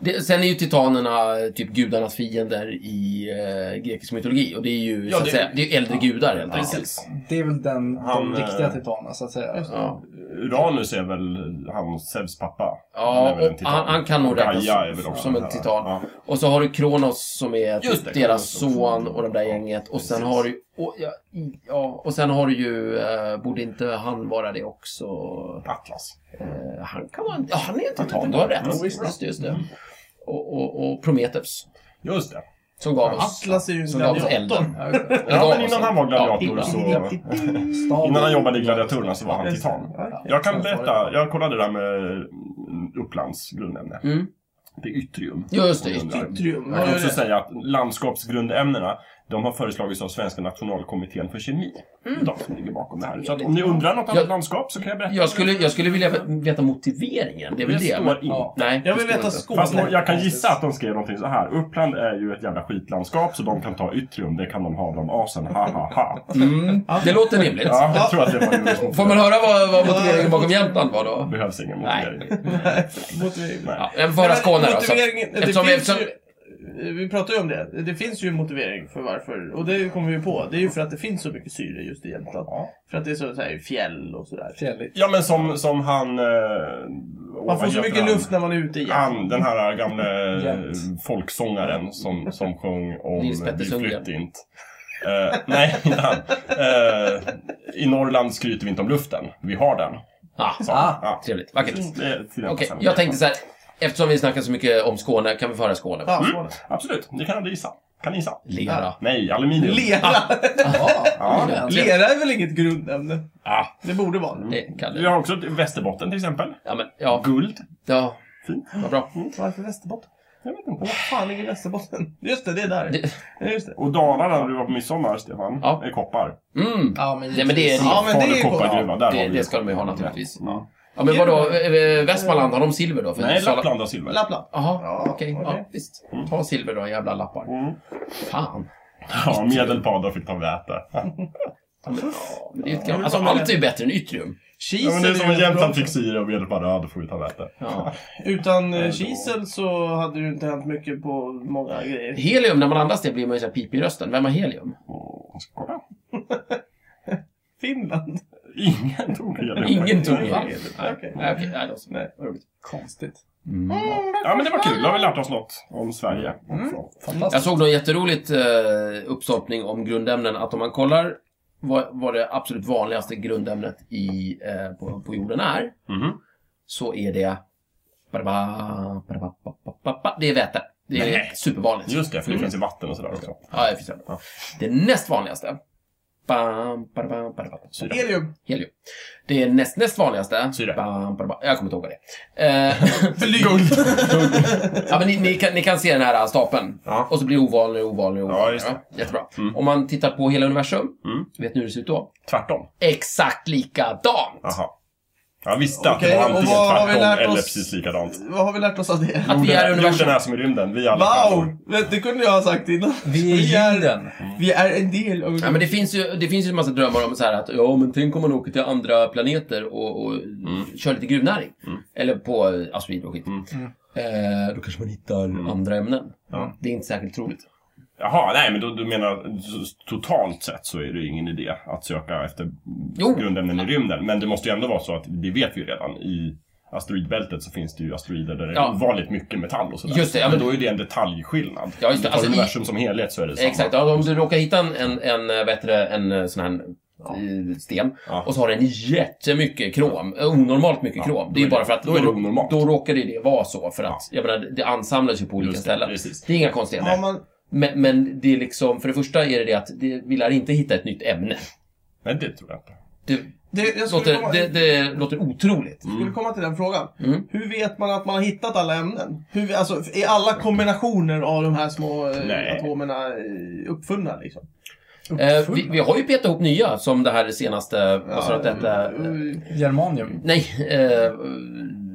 Speaker 1: Det, sen är ju titanerna eh, typ gudarnas fiender i eh, grekisk mytologi och det är ju
Speaker 3: Ja,
Speaker 1: så att
Speaker 3: det-
Speaker 1: säga, det är ju äldre gudar helt
Speaker 3: Ja.
Speaker 1: enkelt.
Speaker 4: Det är väl den,
Speaker 3: Han,
Speaker 4: de riktiga
Speaker 3: eh,
Speaker 4: titanerna så att säga.
Speaker 1: Ja,
Speaker 3: Uranus är väl han, Zeus pappa?
Speaker 1: ja
Speaker 3: är väl en
Speaker 1: och
Speaker 3: titan.
Speaker 1: han, han kan nog räknas
Speaker 3: Gaia är väl också
Speaker 1: som
Speaker 3: den
Speaker 1: en
Speaker 3: här,
Speaker 1: titan.
Speaker 3: Ja.
Speaker 1: Och så har du Kronos som är typ
Speaker 3: Just det,
Speaker 1: deras
Speaker 3: Kronos också.
Speaker 1: son och de där gänget. Och sen
Speaker 3: Precis.
Speaker 1: har du och, ja, i- ja, och sen har du ju, eh, borde inte han vara det också?
Speaker 3: Atlas.
Speaker 1: Eh, han kan vara en, ja han är en titan, du har rätt.
Speaker 3: Ja, visst.
Speaker 1: Just, det, just det. Och, och, och Prometheus.
Speaker 3: Just det.
Speaker 1: Som gav oss,
Speaker 2: Atlas är ju en
Speaker 1: som gav oss
Speaker 2: gladiator.
Speaker 1: elden.
Speaker 4: Ja, just det.
Speaker 1: Eller gav
Speaker 3: Ja, men
Speaker 1: oss
Speaker 3: innan
Speaker 1: den.
Speaker 3: han var gladiator
Speaker 1: Ja,
Speaker 3: så...
Speaker 4: Staden.
Speaker 3: Innan han jobbade i gladiatorerna så var han
Speaker 2: Just det.
Speaker 3: titan.
Speaker 2: Ja.
Speaker 3: Jag kan berätta, jag kollade det där med Upplands grundämne.
Speaker 1: Mm.
Speaker 3: Det är yttrium.
Speaker 1: Ja, just det,
Speaker 3: Om ni undrar.
Speaker 2: Yttrium.
Speaker 3: Jag kan också
Speaker 2: Ja,
Speaker 3: säga att landskapsgrundämnena, de har föreslagits av Svenska nationalkommittén för kemi. De som ligger bakom det här. Så att om ni undrar något annat
Speaker 1: Jag-
Speaker 3: landskap så kan jag berätta.
Speaker 1: Jag skulle, jag skulle vilja veta motiveringen. Det är väl det.
Speaker 3: står
Speaker 1: men-
Speaker 3: inte.
Speaker 4: Ja.
Speaker 1: Nej,
Speaker 2: Jag
Speaker 1: det
Speaker 2: vill
Speaker 1: står
Speaker 2: veta
Speaker 1: inte.
Speaker 2: Skåne.
Speaker 3: Fast jag kan gissa att de skrev någonting så här. Uppland är ju ett jävla skitlandskap så de kan ta yttrium, det kan de ha bland asen. Ha ha ha.
Speaker 1: Mm, det låter rimligt.
Speaker 3: Ja, jag tror att det var Julius
Speaker 1: Får
Speaker 3: motivering.
Speaker 1: man höra vad, vad motiveringen bakom Jämtland var då?
Speaker 3: Behövs ingen
Speaker 1: Nej.
Speaker 3: motivering.
Speaker 2: Motivering.
Speaker 1: Ja, jag får höra Skåne då. Så. att-
Speaker 2: Motiveringen,
Speaker 1: eftersom-
Speaker 2: det
Speaker 1: eftersom-
Speaker 2: finns ju, vi pratar ju om det. Det finns ju en motivering för varför. Och det kommer vi ju på. Det är ju för att det finns så mycket syre just i Jämtland.
Speaker 3: Ja.
Speaker 2: För att det är så, så här, fjäll och sådär.
Speaker 4: Fjälligt.
Speaker 3: Ja men som, som han... Eh,
Speaker 2: Man
Speaker 3: vad
Speaker 2: får så
Speaker 3: heter
Speaker 2: mycket
Speaker 3: han?
Speaker 2: luft när man är ute igen.
Speaker 3: Han, den här gamle
Speaker 4: Jämt.
Speaker 3: folksångaren som, som sjöng om
Speaker 1: Nils
Speaker 3: Vi
Speaker 1: Petter Sundgren.
Speaker 3: flytt inte. Eh, nej, inte han. Eh, I Norrland skryter vi inte om luften. Vi har den.
Speaker 1: Ah,
Speaker 3: sa han.
Speaker 4: Ah.
Speaker 3: Ja.
Speaker 1: trevligt, vackert.
Speaker 3: Det- till den
Speaker 1: Okej,
Speaker 3: passar.
Speaker 1: jag tänkte så här. Eftersom vi snackar så mycket om Skåne, kan vi få höra Skåne?
Speaker 2: Ja,
Speaker 3: Mm.
Speaker 2: Skåne.
Speaker 3: Absolut, ni kan aldrig gissa. Kan ni gissa?
Speaker 1: Lera.
Speaker 3: Nej, aluminium.
Speaker 2: Lera.
Speaker 4: Ja,
Speaker 3: Ja.
Speaker 1: Ah,
Speaker 2: Lera är väl inget grundämne?
Speaker 3: Ah.
Speaker 2: Det borde vara det.
Speaker 1: Det kan
Speaker 3: Vi
Speaker 1: du.
Speaker 3: har också Västerbotten till exempel.
Speaker 1: Ja, men ja.
Speaker 3: Guld.
Speaker 1: Ja,
Speaker 3: Fint.
Speaker 1: vad bra.
Speaker 3: Mm.
Speaker 2: Varför Västerbotten?
Speaker 3: Jag vet inte.
Speaker 2: Vad fan ligger Västerbotten? Just det, det är där.
Speaker 1: Det-
Speaker 2: Ja, Just det.
Speaker 3: Och Dalarna när du var på midsommar, Stefan,
Speaker 1: Ja.
Speaker 3: är koppar.
Speaker 1: Mm.
Speaker 4: ja, men,
Speaker 1: Nej, men det är-
Speaker 2: Ja, men det är
Speaker 3: Falu
Speaker 2: ju
Speaker 3: koppargruva, där har
Speaker 1: Det,
Speaker 3: vi
Speaker 1: det ska de ju ha naturligtvis.
Speaker 3: Ja.
Speaker 1: Ja, men vadå? eh, Västmanland, har de silver då? För
Speaker 3: Nej,
Speaker 1: Sala-
Speaker 3: Lappland har silver.
Speaker 2: Lappland.
Speaker 1: Jaha,
Speaker 2: Ja,
Speaker 1: okej. Ja,
Speaker 2: okej.
Speaker 1: visst. Ta silver då, jävla lappar.
Speaker 3: Mm.
Speaker 1: Fan.
Speaker 3: Ja, Medelpad fick ta väte.
Speaker 1: Ja, men, ja, men det är ju ett gammalt- alltså, allt är ju bättre än yttrium.
Speaker 3: Ja,
Speaker 2: Kisel
Speaker 3: men det är som
Speaker 2: ju
Speaker 3: en Jämtland
Speaker 2: bra-
Speaker 3: fick syre och Medelpad ja, då får vi ta väte.
Speaker 1: Ja.
Speaker 2: Utan eh, kisel så hade det ju inte hänt mycket på många grejer.
Speaker 1: Helium, när man andas det blir man ju så här pipig i rösten. Vem har helium?
Speaker 3: Åh, ska kolla.
Speaker 2: Finland?
Speaker 3: Ingen tog helium.
Speaker 1: Ingen tog
Speaker 2: Va?
Speaker 1: helium.
Speaker 2: Okej.
Speaker 1: Nej, okej. Nej, då så.
Speaker 2: Nej.
Speaker 1: Vad roligt. Mm.
Speaker 4: konstigt.
Speaker 2: Mm.
Speaker 3: Mm. Ja, men det var kul. Då har vi lärt oss något om Sverige. också.
Speaker 1: Jag
Speaker 4: Fantastiskt.
Speaker 1: såg någon jätteroligt eh, uppstoppning om grundämnen. Att om man kollar vad, vad det absolut
Speaker 3: Mm-hmm.
Speaker 1: vanligaste grundämnet i, eh, på, på jorden är,
Speaker 3: Mhm.
Speaker 1: så är det Ba-da-ba, ba-da-ba, ba-ba-ba-ba. Det är väte. Det är
Speaker 3: Nej.
Speaker 1: supervanligt.
Speaker 3: Just det, för det
Speaker 1: Mm.
Speaker 3: finns i vatten och sådär också.
Speaker 1: Ja, det finns det.
Speaker 3: Ja.
Speaker 1: Det näst vanligaste. Bam, ba-da-ba, ba-da-ba.
Speaker 3: Syra.
Speaker 2: Helium.
Speaker 1: Helium. Det är näst, näst vanligaste.
Speaker 3: Syra.
Speaker 1: Bam, ba-da-ba. Jag kommer inte ihåg vad det är. Eh,
Speaker 2: Bly.
Speaker 1: ja, men ni, ni, kan, ni kan se den här stapeln.
Speaker 3: Ja.
Speaker 1: Och så blir det ovanligare och ovanligare. och
Speaker 3: Ja,
Speaker 1: ovanligare,
Speaker 3: just det.
Speaker 1: va? Jättebra.
Speaker 3: Mm.
Speaker 1: Om man tittar på hela universum,
Speaker 3: Mm.
Speaker 1: vet ni hur det ser ut då?
Speaker 3: Tvärtom.
Speaker 1: Exakt likadant!
Speaker 3: Jaha. Jag visste att
Speaker 2: Okej,
Speaker 3: det var
Speaker 2: och
Speaker 3: antingen
Speaker 2: vad har vi lärt
Speaker 3: tvärtom eller
Speaker 2: oss?
Speaker 3: precis likadant.
Speaker 2: Vad har vi lärt oss av det?
Speaker 1: Att vi är
Speaker 3: Jorden- Jorden
Speaker 1: universum.
Speaker 3: är som i rymden, vi är alla stjärnor.
Speaker 2: Wow! Vet, Det kunde jag ha sagt innan.
Speaker 4: Vi är jorden.
Speaker 2: Vi är en del av...
Speaker 1: Ja, men det finns ju, det finns ju en massa drömmar om så här att ja, men tänk om man åker till andra planeter och, och kör lite gruvnäring. Eller på eh, asteroider och skit.
Speaker 3: Mm.
Speaker 1: Eh, då kanske man hittar andra ämnen.
Speaker 3: Ja.
Speaker 1: Det är inte särskilt troligt.
Speaker 3: Jaha, nej men du, du menar s- totalt sett så är det ju ingen idé att söka efter
Speaker 1: Jo.
Speaker 3: grundämnen i rymden. Men det måste ju ändå vara så att, det vet vi ju redan, i asteroidbältet så finns det ju asteroider där det
Speaker 1: Ja.
Speaker 3: är ovanligt mycket metall och sådär.
Speaker 1: Just det, ja, men-
Speaker 3: men då är det en detaljskillnad.
Speaker 1: Ja, just det,
Speaker 3: Tar
Speaker 1: alltså i-
Speaker 3: universum som helhet så är det samma.
Speaker 1: Exakt. Ja, om du råkar hitta en, en, en, eh, vad heter det, en eh, sån här eh, sten
Speaker 3: Ja.
Speaker 1: och så har den jättemycket krom. Eh, Onormalt mycket krom. Det är ju
Speaker 3: då
Speaker 1: bara
Speaker 3: är det-
Speaker 1: för att
Speaker 3: då är det onormalt.
Speaker 1: då råkar det det vara så. För att, jag menar, det ansamlas ju på olika
Speaker 3: Just det,
Speaker 1: ställen.
Speaker 3: precis.
Speaker 1: Det är inga konstigheter.
Speaker 2: Har man...
Speaker 1: Men, men det är liksom, för det första är det det att det, vi lär inte hitta ett nytt ämne.
Speaker 3: Nej, det tror jag inte.
Speaker 1: Det,
Speaker 2: Det, jag
Speaker 1: låter,
Speaker 2: skulle, komma,
Speaker 1: det, det låter otroligt.
Speaker 2: skulle komma till den frågan.
Speaker 1: Mm.
Speaker 2: Hur vet man att man har hittat alla ämnen? Hur, alltså, är alla kombinationer av de här små eh,
Speaker 3: Nej.
Speaker 2: atomerna eh, uppfunna? Liksom?
Speaker 1: Eh, vi, vi har ju petat ihop nya, som det här senaste, vad sa du att
Speaker 2: Ja,
Speaker 1: detta...
Speaker 2: eh, eh,
Speaker 4: Germanium.
Speaker 1: Nej, eh,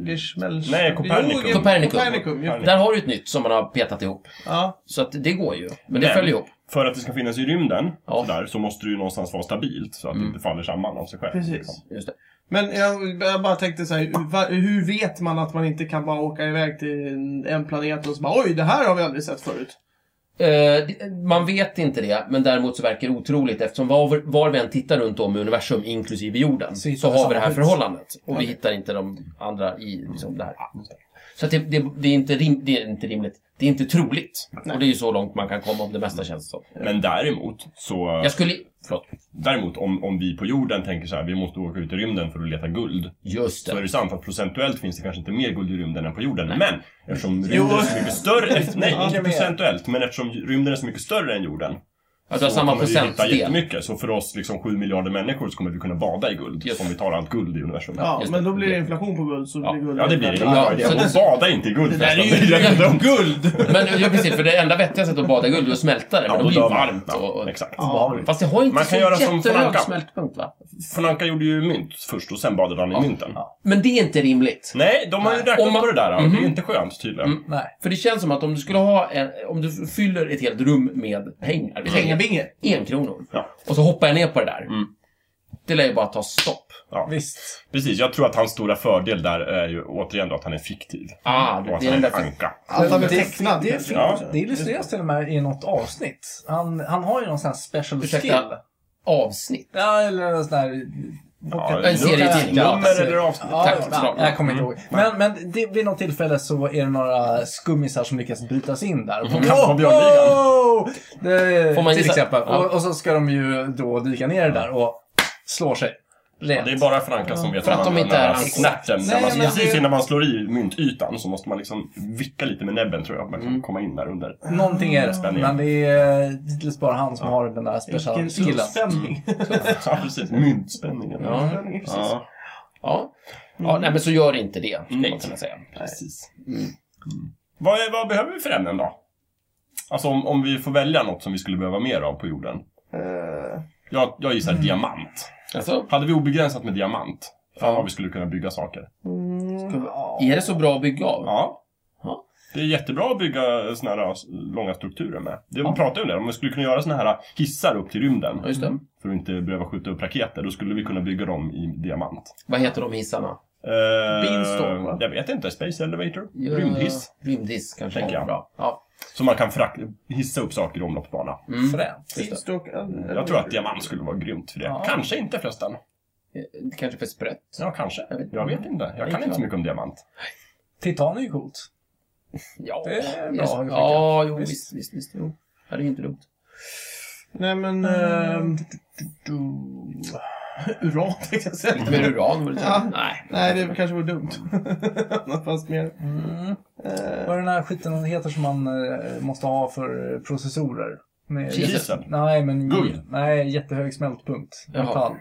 Speaker 2: Det smäller...
Speaker 3: Nej, Copernicum.
Speaker 2: Jo, det-
Speaker 1: Copernicum.
Speaker 2: Copernicum, ja.
Speaker 1: där har du ett nytt som man har petat ihop.
Speaker 2: ja.
Speaker 1: Så att det går ju, men det
Speaker 3: Men-
Speaker 1: följer ihop.
Speaker 3: För att det ska finnas i rymden,
Speaker 1: Ja. Mm.
Speaker 3: sådär, så måste det ju någonstans vara stabilt så att det inte faller samman av sig liksom. själv.
Speaker 2: Precis.
Speaker 1: Just det.
Speaker 2: Men jag, jag bara tänkte så här, va- hur vet man att man inte kan bara åka iväg till en- en planet och så bara oj, det här har vi aldrig sett förut.
Speaker 1: Eh, det- man vet inte det, men däremot så verkar det otroligt eftersom var, var vi än tittar runt om i universum, inklusive jorden,
Speaker 4: Så
Speaker 1: så,
Speaker 4: hittar
Speaker 1: har
Speaker 4: vi
Speaker 1: vi
Speaker 4: samma
Speaker 1: det här
Speaker 4: hus.
Speaker 1: förhållandet. Och vi hittar inte de andra i liksom, det här. Så att det, det, det, är inte rim, det är inte rimligt. Det är inte troligt. Och det är ju så långt man kan komma om det mesta känns som.
Speaker 3: Men däremot så...
Speaker 1: Jag skulle... Förlåt.
Speaker 3: Däremot om, om vi på jorden tänker så här, vi måste åka ut i rymden för att leta guld.
Speaker 1: Just
Speaker 3: Så är
Speaker 1: det.
Speaker 3: det sant att procentuellt finns det kanske inte mer guld i rymden än på jorden. Men eftersom
Speaker 2: Jo.
Speaker 3: rymden är så mycket större... Efter, nej,
Speaker 2: Ja,
Speaker 3: inte
Speaker 4: det är mer.
Speaker 3: procentuellt. Men eftersom rymden är så mycket större än jorden.
Speaker 1: Att du har
Speaker 3: så
Speaker 1: samma
Speaker 3: kommer vi hitta
Speaker 1: procentdel.
Speaker 3: jättemycket. Så för oss liksom 7 miljarder människor så kommer vi kunna bada i guld.
Speaker 1: Just
Speaker 3: Om vi tar allt guld i universum.
Speaker 2: Ja,
Speaker 1: just
Speaker 2: men
Speaker 1: det.
Speaker 2: då blir det inflation på guld så
Speaker 1: Ja.
Speaker 2: blir guld...
Speaker 3: Ja, det blir det.
Speaker 1: Ja,
Speaker 3: Ja,
Speaker 1: så
Speaker 3: och bada inte i guld
Speaker 2: Det där är
Speaker 3: förresten.
Speaker 2: ju
Speaker 3: Det är rätt dumt.
Speaker 2: guld!
Speaker 1: Men ja, precis, för det enda vettiga sättet att bada i guld är att smälta det. Men
Speaker 3: Ja,
Speaker 1: det
Speaker 3: då
Speaker 1: blir ju
Speaker 3: dör man.
Speaker 1: varmt.
Speaker 3: Ja,
Speaker 1: Och, och...
Speaker 3: Exakt.
Speaker 1: Fast det har inte
Speaker 3: Man
Speaker 1: så
Speaker 3: kan göra som
Speaker 1: jättehög
Speaker 3: Franka.
Speaker 1: smältpunkt va?
Speaker 3: Franka gjorde ju mynt först och sen badade han i mynten.
Speaker 1: Men det är inte rimligt.
Speaker 3: Nej, de har ju
Speaker 4: Nej.
Speaker 3: räknat
Speaker 1: Om man-
Speaker 3: på det där. ja. Det
Speaker 1: Mhm.
Speaker 3: är inte skönt tydligen.
Speaker 4: Nej.
Speaker 1: För det känns som att om du skulle ha en, om du fyller ett helt rum med pengar, vi säger
Speaker 2: Pengabinge.
Speaker 1: enkronor,
Speaker 3: Ja.
Speaker 1: och så hoppar jag ner på det där.
Speaker 3: Mm.
Speaker 1: Det lär ju bara ta stopp.
Speaker 3: Ja.
Speaker 4: Visst.
Speaker 3: Precis, jag tror att hans stora fördel där är ju återigen då att han är fiktiv.
Speaker 1: Ah,
Speaker 3: Och
Speaker 1: det,
Speaker 3: att
Speaker 1: det är
Speaker 3: han
Speaker 1: den
Speaker 3: är
Speaker 1: där...
Speaker 3: en anka.
Speaker 2: Att han är
Speaker 4: Men det-
Speaker 2: tecknad.
Speaker 4: Det,
Speaker 2: kanske.
Speaker 4: fin-
Speaker 3: Ja.
Speaker 4: det illustreras till och med i något avsnitt. Han, han har ju någon sån här special
Speaker 1: Ursäkta?
Speaker 4: skill.
Speaker 1: Avsnitt.
Speaker 4: Ja, eller någon sån här...
Speaker 3: Ja,
Speaker 1: En serietidning.
Speaker 3: nummer- Nummer
Speaker 4: Ja,
Speaker 3: eller avsnitt.
Speaker 4: Ja,
Speaker 1: Tack,
Speaker 4: ja,
Speaker 1: förslag.
Speaker 4: jag kommer
Speaker 3: Mm.
Speaker 4: inte ihåg. Men, men det, vid något tillfälle så är det några skummisar som lyckas bryta sig in där. Och
Speaker 3: Kamp på björnligan.
Speaker 4: Wow! Det,
Speaker 1: Mm. Får man
Speaker 4: till
Speaker 1: gissa?
Speaker 4: exempel.
Speaker 1: Ja.
Speaker 4: Och, och så ska de ju då dyka ner där och slår sig. Rent.
Speaker 3: Det är bara Franka som vet
Speaker 1: För att
Speaker 3: om
Speaker 1: de
Speaker 3: den
Speaker 1: inte
Speaker 3: här
Speaker 1: är-
Speaker 3: snärten.
Speaker 2: Nej,
Speaker 3: Alltså,
Speaker 2: men
Speaker 3: precis
Speaker 2: det-
Speaker 3: innan man slår i myntytan så måste man liksom vicka lite med näbben tror jag. Man kan
Speaker 1: Mm.
Speaker 3: komma in där under.
Speaker 4: Någonting är det.
Speaker 3: Spänningen.
Speaker 4: Men det är hittills bara han som har den där special
Speaker 2: Vilken
Speaker 4: skillen.
Speaker 2: uppspänning.
Speaker 3: Ja, precis. Myntspänningen.
Speaker 1: Ja.
Speaker 2: Precis.
Speaker 3: Ja,
Speaker 1: Ja. ja, nej men så gör inte det, skulle man kunna säga.
Speaker 3: precis. Mm. Vad, är, vad behöver vi för ämnen då? Alltså om, om vi får välja något som vi skulle behöva mer av på jorden.
Speaker 2: Eh,
Speaker 3: Jag, jag gissar
Speaker 1: Mm.
Speaker 3: diamant.
Speaker 1: Alltså,
Speaker 3: Hade vi obegränsat med diamant, fan vad vi skulle kunna bygga saker.
Speaker 4: Ja.
Speaker 1: är det så bra att bygga av?
Speaker 3: Ja.
Speaker 1: Ja.
Speaker 3: Det är jättebra att bygga såna här s- långa strukturer med. Det vi pratade om det, om man skulle kunna göra såna här äh, hissar upp till rymden
Speaker 1: Ja, just det.
Speaker 3: för att inte behöva skjuta upp raketer, då skulle vi kunna bygga dem i diamant.
Speaker 1: Vad heter de hissarna?
Speaker 3: Eh,
Speaker 2: Beanstalk, va?
Speaker 3: Jag vet inte, Space Elevator? Rymdhiss?
Speaker 1: Rymdhiss kanske
Speaker 3: Tänker
Speaker 1: var
Speaker 3: jag.
Speaker 1: bra. Ja.
Speaker 3: Så man kan frak- hissa upp saker i omloppsbana.
Speaker 1: Mm.
Speaker 4: Fränt.
Speaker 2: Beanstalk.
Speaker 3: Jag tror att diamant skulle vara grymt för det.
Speaker 4: Ja.
Speaker 3: Kanske inte förresten.
Speaker 1: Eh, Kanske för sprätt.
Speaker 3: Ja, kanske.
Speaker 1: Jag vet inte.
Speaker 3: Jag vet inte. Jag
Speaker 1: inte
Speaker 3: kan inte
Speaker 1: jag.
Speaker 3: så mycket om diamant.
Speaker 4: Titan är ju coolt.
Speaker 1: Ja,
Speaker 4: Det är bra,
Speaker 1: just-
Speaker 4: jag tycker.
Speaker 1: ja jo,
Speaker 4: Visst.
Speaker 1: visst, visst, visst. Jo. Ja, det är ju inte dumt.
Speaker 4: Mm.
Speaker 2: Nej men... ehm, Uran tänkte jag säga.
Speaker 1: Lite mer uran vore det
Speaker 2: Ja.
Speaker 1: Nej.
Speaker 2: Nej, det kanske vore dumt. Något fanns mer.
Speaker 4: Mm.
Speaker 2: Eh,
Speaker 4: Vad är den här skiten heter som man eh, måste ha för processorer? Med,
Speaker 3: Kisel.
Speaker 4: nej, men...
Speaker 3: Guld.
Speaker 4: Nej, jättehög smältpunkt.
Speaker 1: Jaha.
Speaker 4: Metall.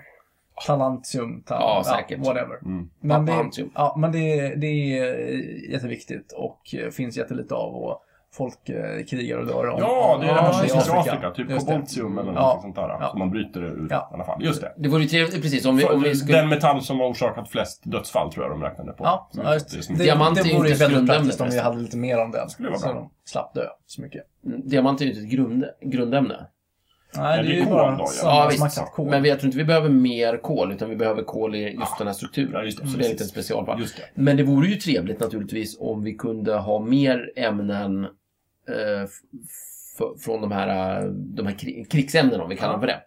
Speaker 4: Talantium, tal,
Speaker 1: Ja, säkert.
Speaker 4: whatever.
Speaker 3: Mm.
Speaker 4: Men, det,
Speaker 1: Talantium.
Speaker 4: ja, men det, det är eh, jätteviktigt och eh, finns jättelite av och folk eh, krigar och dör om.
Speaker 3: Ja, det är
Speaker 4: om
Speaker 3: det här
Speaker 4: i
Speaker 3: som finns i Afrika. Typ
Speaker 4: Just det. Mm.
Speaker 3: koboltium eller
Speaker 4: Ja.
Speaker 3: något sånt där.
Speaker 4: Ja.
Speaker 3: Som man bryter ur
Speaker 4: Ja.
Speaker 3: i alla fall. Just det.
Speaker 1: Det vore ju trevligt, precis, om vi, om vi skulle...
Speaker 3: Den metall som har orsakat flest dödsfall tror jag de räknade på.
Speaker 4: Ja,
Speaker 3: Så
Speaker 4: ja, just
Speaker 3: det är
Speaker 4: det.
Speaker 3: som-
Speaker 4: Det,
Speaker 1: Diamant är
Speaker 4: det
Speaker 1: ju
Speaker 4: vore ju
Speaker 1: inte ett
Speaker 4: väldigt
Speaker 1: grundämne
Speaker 4: praktiskt om vi
Speaker 1: förresten.
Speaker 4: hade lite mer om den.
Speaker 3: Skulle vara
Speaker 4: så
Speaker 3: bra.
Speaker 4: de slapp dö så mycket.
Speaker 1: Diamant är ju inte ett grund, grundämne.
Speaker 4: Nej,
Speaker 3: Men
Speaker 4: det är ju
Speaker 3: kol då,
Speaker 4: bara
Speaker 3: ja.
Speaker 1: Ja, visst.
Speaker 4: sammansmackat kol.
Speaker 1: Men vi, jag tror inte vi behöver mer kol, utan vi behöver kol i just den här strukturen.
Speaker 3: Ah. Ja, just det.
Speaker 1: Så det är lite en specialfall.
Speaker 3: Just det.
Speaker 1: Men det vore ju trevligt naturligtvis om vi kunde ha mer ämnen eh, f- f- från de här, eh, de här kri- krigsämnena, om vi kallar dem för det.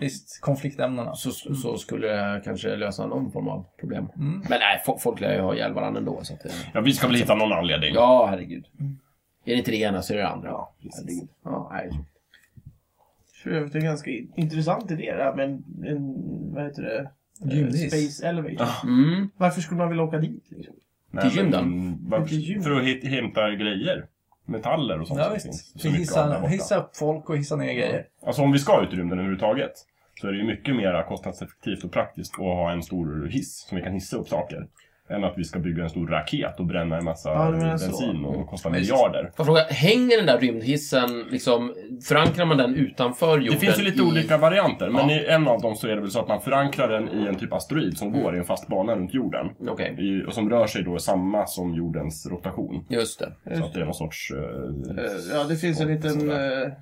Speaker 4: Visst, konfliktämnena.
Speaker 1: Så, så skulle det kanske lösa någon form av problem.
Speaker 4: Mm.
Speaker 1: Men nej, fo- folk lär ju ha ihjäl varandra ändå. Så att, eh,
Speaker 3: Ja, vi ska väl hitta någon anledning.
Speaker 1: ja, herregud. Är det inte det ena så är det det andra. Ja,
Speaker 3: Mm. precis.
Speaker 1: ja, nej.
Speaker 2: För övrigt en ganska intressant idé det här med en, en vad heter det? Eh,
Speaker 4: Gymnis.
Speaker 2: Space Elevator.
Speaker 3: Ja.
Speaker 1: Mm.
Speaker 2: Varför skulle man vilja åka dit? Liksom?
Speaker 3: Nej,
Speaker 1: Till gymden.
Speaker 3: men, varför-
Speaker 2: Till gym.
Speaker 3: För att hit- hämta grejer. Metaller och sånt
Speaker 4: Ja,
Speaker 3: som finns.
Speaker 4: visst.
Speaker 3: Så
Speaker 4: Vi
Speaker 3: mycket av där
Speaker 4: hissar,
Speaker 3: borta.
Speaker 4: hissar upp folk och hissar ner grejer.
Speaker 3: Alltså om vi ska ut i rymden överhuvudtaget. Så är det ju mycket mer kostnadseffektivt och praktiskt att ha en stor hiss som vi kan hissa upp saker. Än att vi ska bygga en stor raket och bränna en massa
Speaker 2: Ja, du menar så.
Speaker 3: bensin och kosta
Speaker 4: Visst.
Speaker 3: miljarder.
Speaker 1: Får jag fråga, hänger den där rymdhissen, liksom, förankrar man den utanför jorden?
Speaker 3: Det finns ju lite
Speaker 1: i-
Speaker 3: olika varianter, men i en av dem så är det väl så att man förankrar den i en typ asteroid som går i en fast bana runt jorden.
Speaker 1: Okej,
Speaker 3: I- Och som rör sig då samma som jordens rotation.
Speaker 1: just det.
Speaker 3: Så att det är någon sorts... eh,
Speaker 2: Eh, Ja, det finns en liten... eh,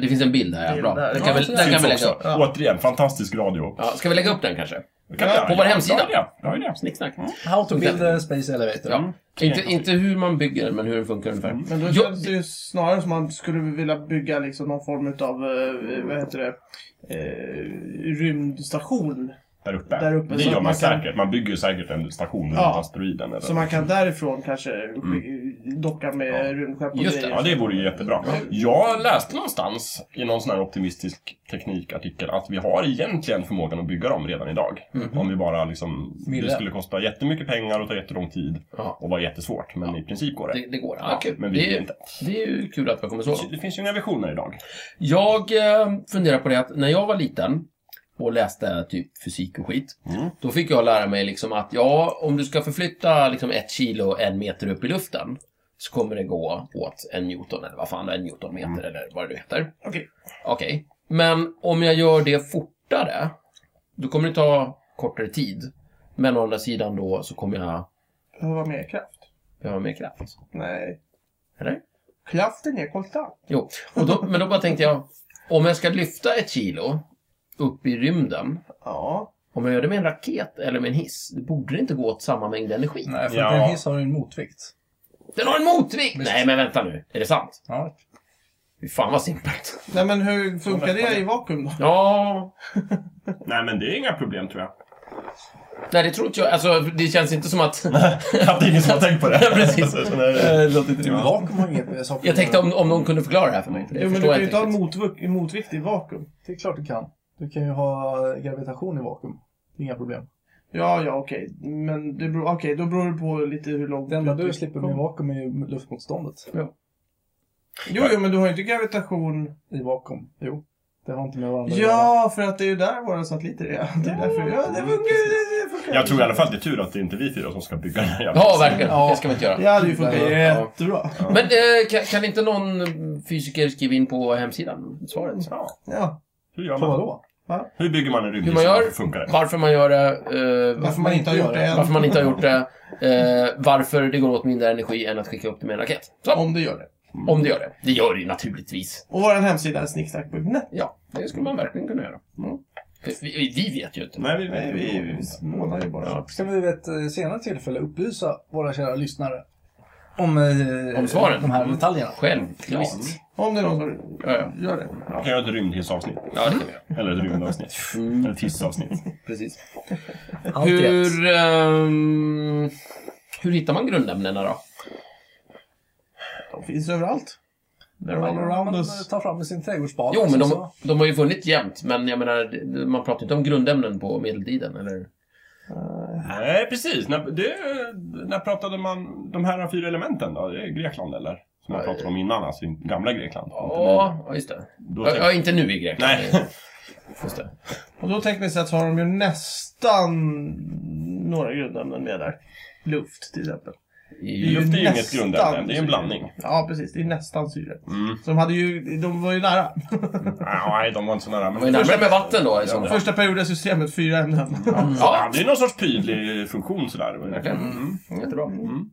Speaker 1: Det finns en bild här, ja. Bra. Den kan, vi, den kan vi
Speaker 3: syns
Speaker 1: lägga
Speaker 3: också.
Speaker 1: upp.
Speaker 3: Återigen, fantastisk radio.
Speaker 1: Ja, ska vi lägga upp den kanske?
Speaker 3: Kan
Speaker 1: Ja,
Speaker 3: jag-
Speaker 1: på vår hemsida.
Speaker 3: Ja, det är det. Ja, det är det.
Speaker 1: Snicksnack.
Speaker 4: How to build a space elevator.
Speaker 3: Mm.
Speaker 1: Ja. Inte, inte hur man bygger, men hur den funkar ungefär.
Speaker 2: Men då
Speaker 1: Jo-
Speaker 2: känns det ju snarare som man skulle vilja bygga liksom någon form av, vad heter det, eh, rymdstation.
Speaker 3: Där uppe.
Speaker 2: Där uppe,
Speaker 3: Det
Speaker 2: så att
Speaker 3: gör man,
Speaker 2: man kan-
Speaker 3: säkert. Man bygger ju säkert en station runt
Speaker 2: Ja.
Speaker 3: asteroiden. Eller...
Speaker 2: Så man kan därifrån kanske docka med rymdskepp och
Speaker 1: Just det,
Speaker 3: Ja,
Speaker 2: grejer.
Speaker 3: det vore ju jättebra. Jag läste någonstans i någon sån här optimistisk teknikartikel att vi har egentligen förmågan att bygga dem redan idag. Om vi bara liksom...
Speaker 4: Ville.
Speaker 3: Det skulle kosta jättemycket pengar och ta jättelång tid
Speaker 1: Ja.
Speaker 3: och vara jättesvårt. Men i princip går det.
Speaker 1: Det, det går. Ja, kul.
Speaker 3: men vi
Speaker 1: det,
Speaker 3: vill
Speaker 1: är,
Speaker 3: inte.
Speaker 1: det är ju kul att vi kommer så långt.
Speaker 3: Det finns ju inga visioner idag.
Speaker 1: Jag eh, funderar på det att när jag var liten och läste typ fysik och skit.
Speaker 3: Mm.
Speaker 1: Då fick jag lära mig liksom att ja, om du ska förflytta liksom ett kilo en meter upp i luften så kommer det gå åt en newton eller vad fan det är, en newtonmeter eller vad det nu heter.
Speaker 2: Okej.
Speaker 1: Okej. Men om jag gör det fortare, då kommer det ta kortare tid. Men å andra sidan då så kommer jag
Speaker 2: Behöva mer kraft?
Speaker 1: behöva mer kraft.
Speaker 2: Nej.
Speaker 1: Eller?
Speaker 2: Kraften är konstant.
Speaker 1: Jo, och då, men då bara tänkte jag, om jag ska lyfta ett kilo upp i rymden,
Speaker 2: Ja.
Speaker 1: om jag gör det med en raket eller med en hiss, det borde det inte gå åt samma mängd energi.
Speaker 4: Nej, för
Speaker 3: Ja.
Speaker 4: att en hiss har ju en motvikt.
Speaker 1: Den har en motvikt! Nej, men vänta nu. Är det sant?
Speaker 4: Ja.
Speaker 1: Fy fan vad simpelt.
Speaker 2: Nej men hur funkar det i vakuum då?
Speaker 1: Ja...
Speaker 3: Nej, men det är inga problem tror jag.
Speaker 1: Nej, det tror inte jag. Alltså, det känns inte som att...
Speaker 3: Att det är ingen som har tänkt på det.
Speaker 1: Precis.
Speaker 3: Så- så när-
Speaker 4: låter inte rimligt. Vakuum har inget saker.
Speaker 1: Jag tänkte om, om någon kunde förklara det här för mig. För det
Speaker 2: Jo men du
Speaker 1: förstår
Speaker 2: kan
Speaker 1: jag inte
Speaker 2: ju inte ha en
Speaker 1: riktigt.
Speaker 2: motvik- motvikt i vakuum.
Speaker 4: Det är klart du kan. Du kan ju ha gravitation i vakuum. Det är inga problem.
Speaker 2: Ja, ja okej. Men det beror, okej, då beror det på lite hur långt
Speaker 4: Det enda du slipper med vakuum är ju luftmotståndet
Speaker 2: Jo, jo men du har ju inte gravitation.
Speaker 4: i vakuum. Jo, det har inte med varandra att göra.
Speaker 2: Ja, för att det är ju där våra satelliter är. Det är därför. Ja, det funkar. Det funkar.
Speaker 3: Jag tror i alla fall det är tur att det är inte vi fyra som ska bygga den här jävla
Speaker 1: Ja,
Speaker 3: hissen.
Speaker 1: verkligen.
Speaker 4: Ja.
Speaker 1: Det ska vi inte göra.
Speaker 2: Det hade ju funkat
Speaker 4: Ja.
Speaker 2: jättebra.
Speaker 1: Men eh, kan, kan inte någon fysiker skriva in på hemsidan svaret?
Speaker 3: Ja.
Speaker 2: Ja.
Speaker 3: Hur gör
Speaker 4: På
Speaker 3: man?
Speaker 4: vadå?
Speaker 3: Hur bygger man en
Speaker 1: Hur
Speaker 3: rymdhiss?
Speaker 1: man gör,
Speaker 3: Hur funkar det?
Speaker 1: varför man gör det, eh,
Speaker 2: Varför man inte har gjort det
Speaker 1: varför
Speaker 2: än.
Speaker 1: man inte har gjort det, eh, varför det går åt mindre energi än att skicka upp det med en raket. Så,
Speaker 2: Om du gör det.
Speaker 1: om det gör det. Det gör det ju naturligtvis.
Speaker 2: Och vår hemsida är snicksnack.net.
Speaker 1: Ja, det skulle man verkligen kunna göra. Mm. Vi, vi, vi vet ju inte.
Speaker 3: Nej, vi,
Speaker 2: Nej, vi, vi målar ju bara.
Speaker 1: Ja.
Speaker 4: Ska vi vid ett eh, senare tillfälle upplysa våra kära lyssnare om, eh,
Speaker 1: Om svaren. Mm.
Speaker 4: de här detaljerna?
Speaker 1: Självklart.
Speaker 4: Visst.
Speaker 2: Om det är någon som
Speaker 1: Ja, ja.
Speaker 2: gör det.
Speaker 3: Man kan göra ett rymdhissavsnitt.
Speaker 1: ja, det kan vi göra.
Speaker 3: Eller ett rymdavsnitt. Eller ett hissavsnitt.
Speaker 1: Mm, Precis.
Speaker 4: Allt rätt.
Speaker 1: Hur, ehm, hur hittar man grundämnena då?
Speaker 2: De finns överallt. They're all around
Speaker 4: Man
Speaker 2: us.
Speaker 4: tar eh, fram med sin trädgårdsspade.
Speaker 1: Jo, men
Speaker 4: och
Speaker 1: de,
Speaker 4: så-
Speaker 1: de har ju funnits jämt, men jag menar, det- man pratar inte om grundämnen på medeltiden, eller?
Speaker 3: Nej, precis. När, det, när pratade man de här fyra elementen då? Det är Grekland eller? Som man pratade om innan, alltså i gamla Grekland.
Speaker 1: Ja, ja, just det.
Speaker 3: Då
Speaker 1: Ja,
Speaker 3: tänkte-
Speaker 1: ja, inte nu i Grekland.
Speaker 3: Nej.
Speaker 1: Just det.
Speaker 2: Och då tekniskt sett så har de ju nästan några grundämnen med där. Luft till exempel.
Speaker 1: I-
Speaker 2: ju
Speaker 3: Luft är ju inget
Speaker 2: nästan
Speaker 3: grundämne, det är en
Speaker 2: syre.
Speaker 3: blandning.
Speaker 2: Ja, precis. Det är nästan syre.
Speaker 3: Mm.
Speaker 2: Så de, hade ju, de var ju nära.
Speaker 3: Ah, nej, de var inte så nära.
Speaker 1: Det
Speaker 3: Men
Speaker 1: var ju närmare med vatten då i så fall.
Speaker 2: Första perioden systemet, fyra ämnen.
Speaker 3: Ja,
Speaker 1: Ja,
Speaker 3: det är någon sorts prydlig funktion sådär. Det var ju-
Speaker 1: Verkligen.
Speaker 3: Mm.
Speaker 1: jättebra.
Speaker 3: Mm.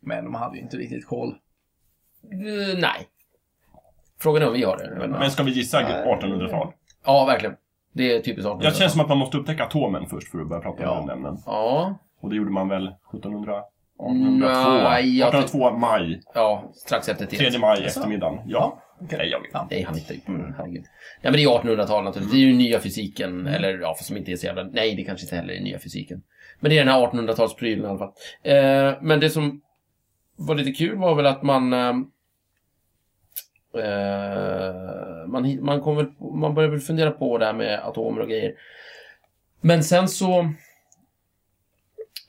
Speaker 4: Men de hade ju inte riktigt koll.
Speaker 1: Eh, Nej. Frågan är om vi har det. Men,
Speaker 3: Men ska vi gissa 1800-tal?
Speaker 1: ja, verkligen. Det är typiskt 1800
Speaker 3: Det känns som att man måste upptäcka atomen först för att börja prata om grundämnen.
Speaker 1: Ja,
Speaker 3: Och det gjorde man väl 1700?
Speaker 1: Nej,
Speaker 3: 1802?
Speaker 1: jag
Speaker 3: 1802 maj.
Speaker 1: ja, strax efter
Speaker 3: 3
Speaker 1: T.
Speaker 3: maj eftermiddagen. Ja. Nej, jag vet inte.
Speaker 1: Nej, han hittar ju på det. Herregud. Nej, men det är 1800-tal naturligtvis. Det är ju nya fysiken. Eller ja, för som inte är så jävla... Nej, det kanske inte heller är nya fysiken. Men det är den här 1800-talsprylen i alla fall. Eh, men det som var lite kul var väl att man... Eh, eh, man, hi- man, kom väl, man började väl fundera på det här med atomer och grejer. Men sen så...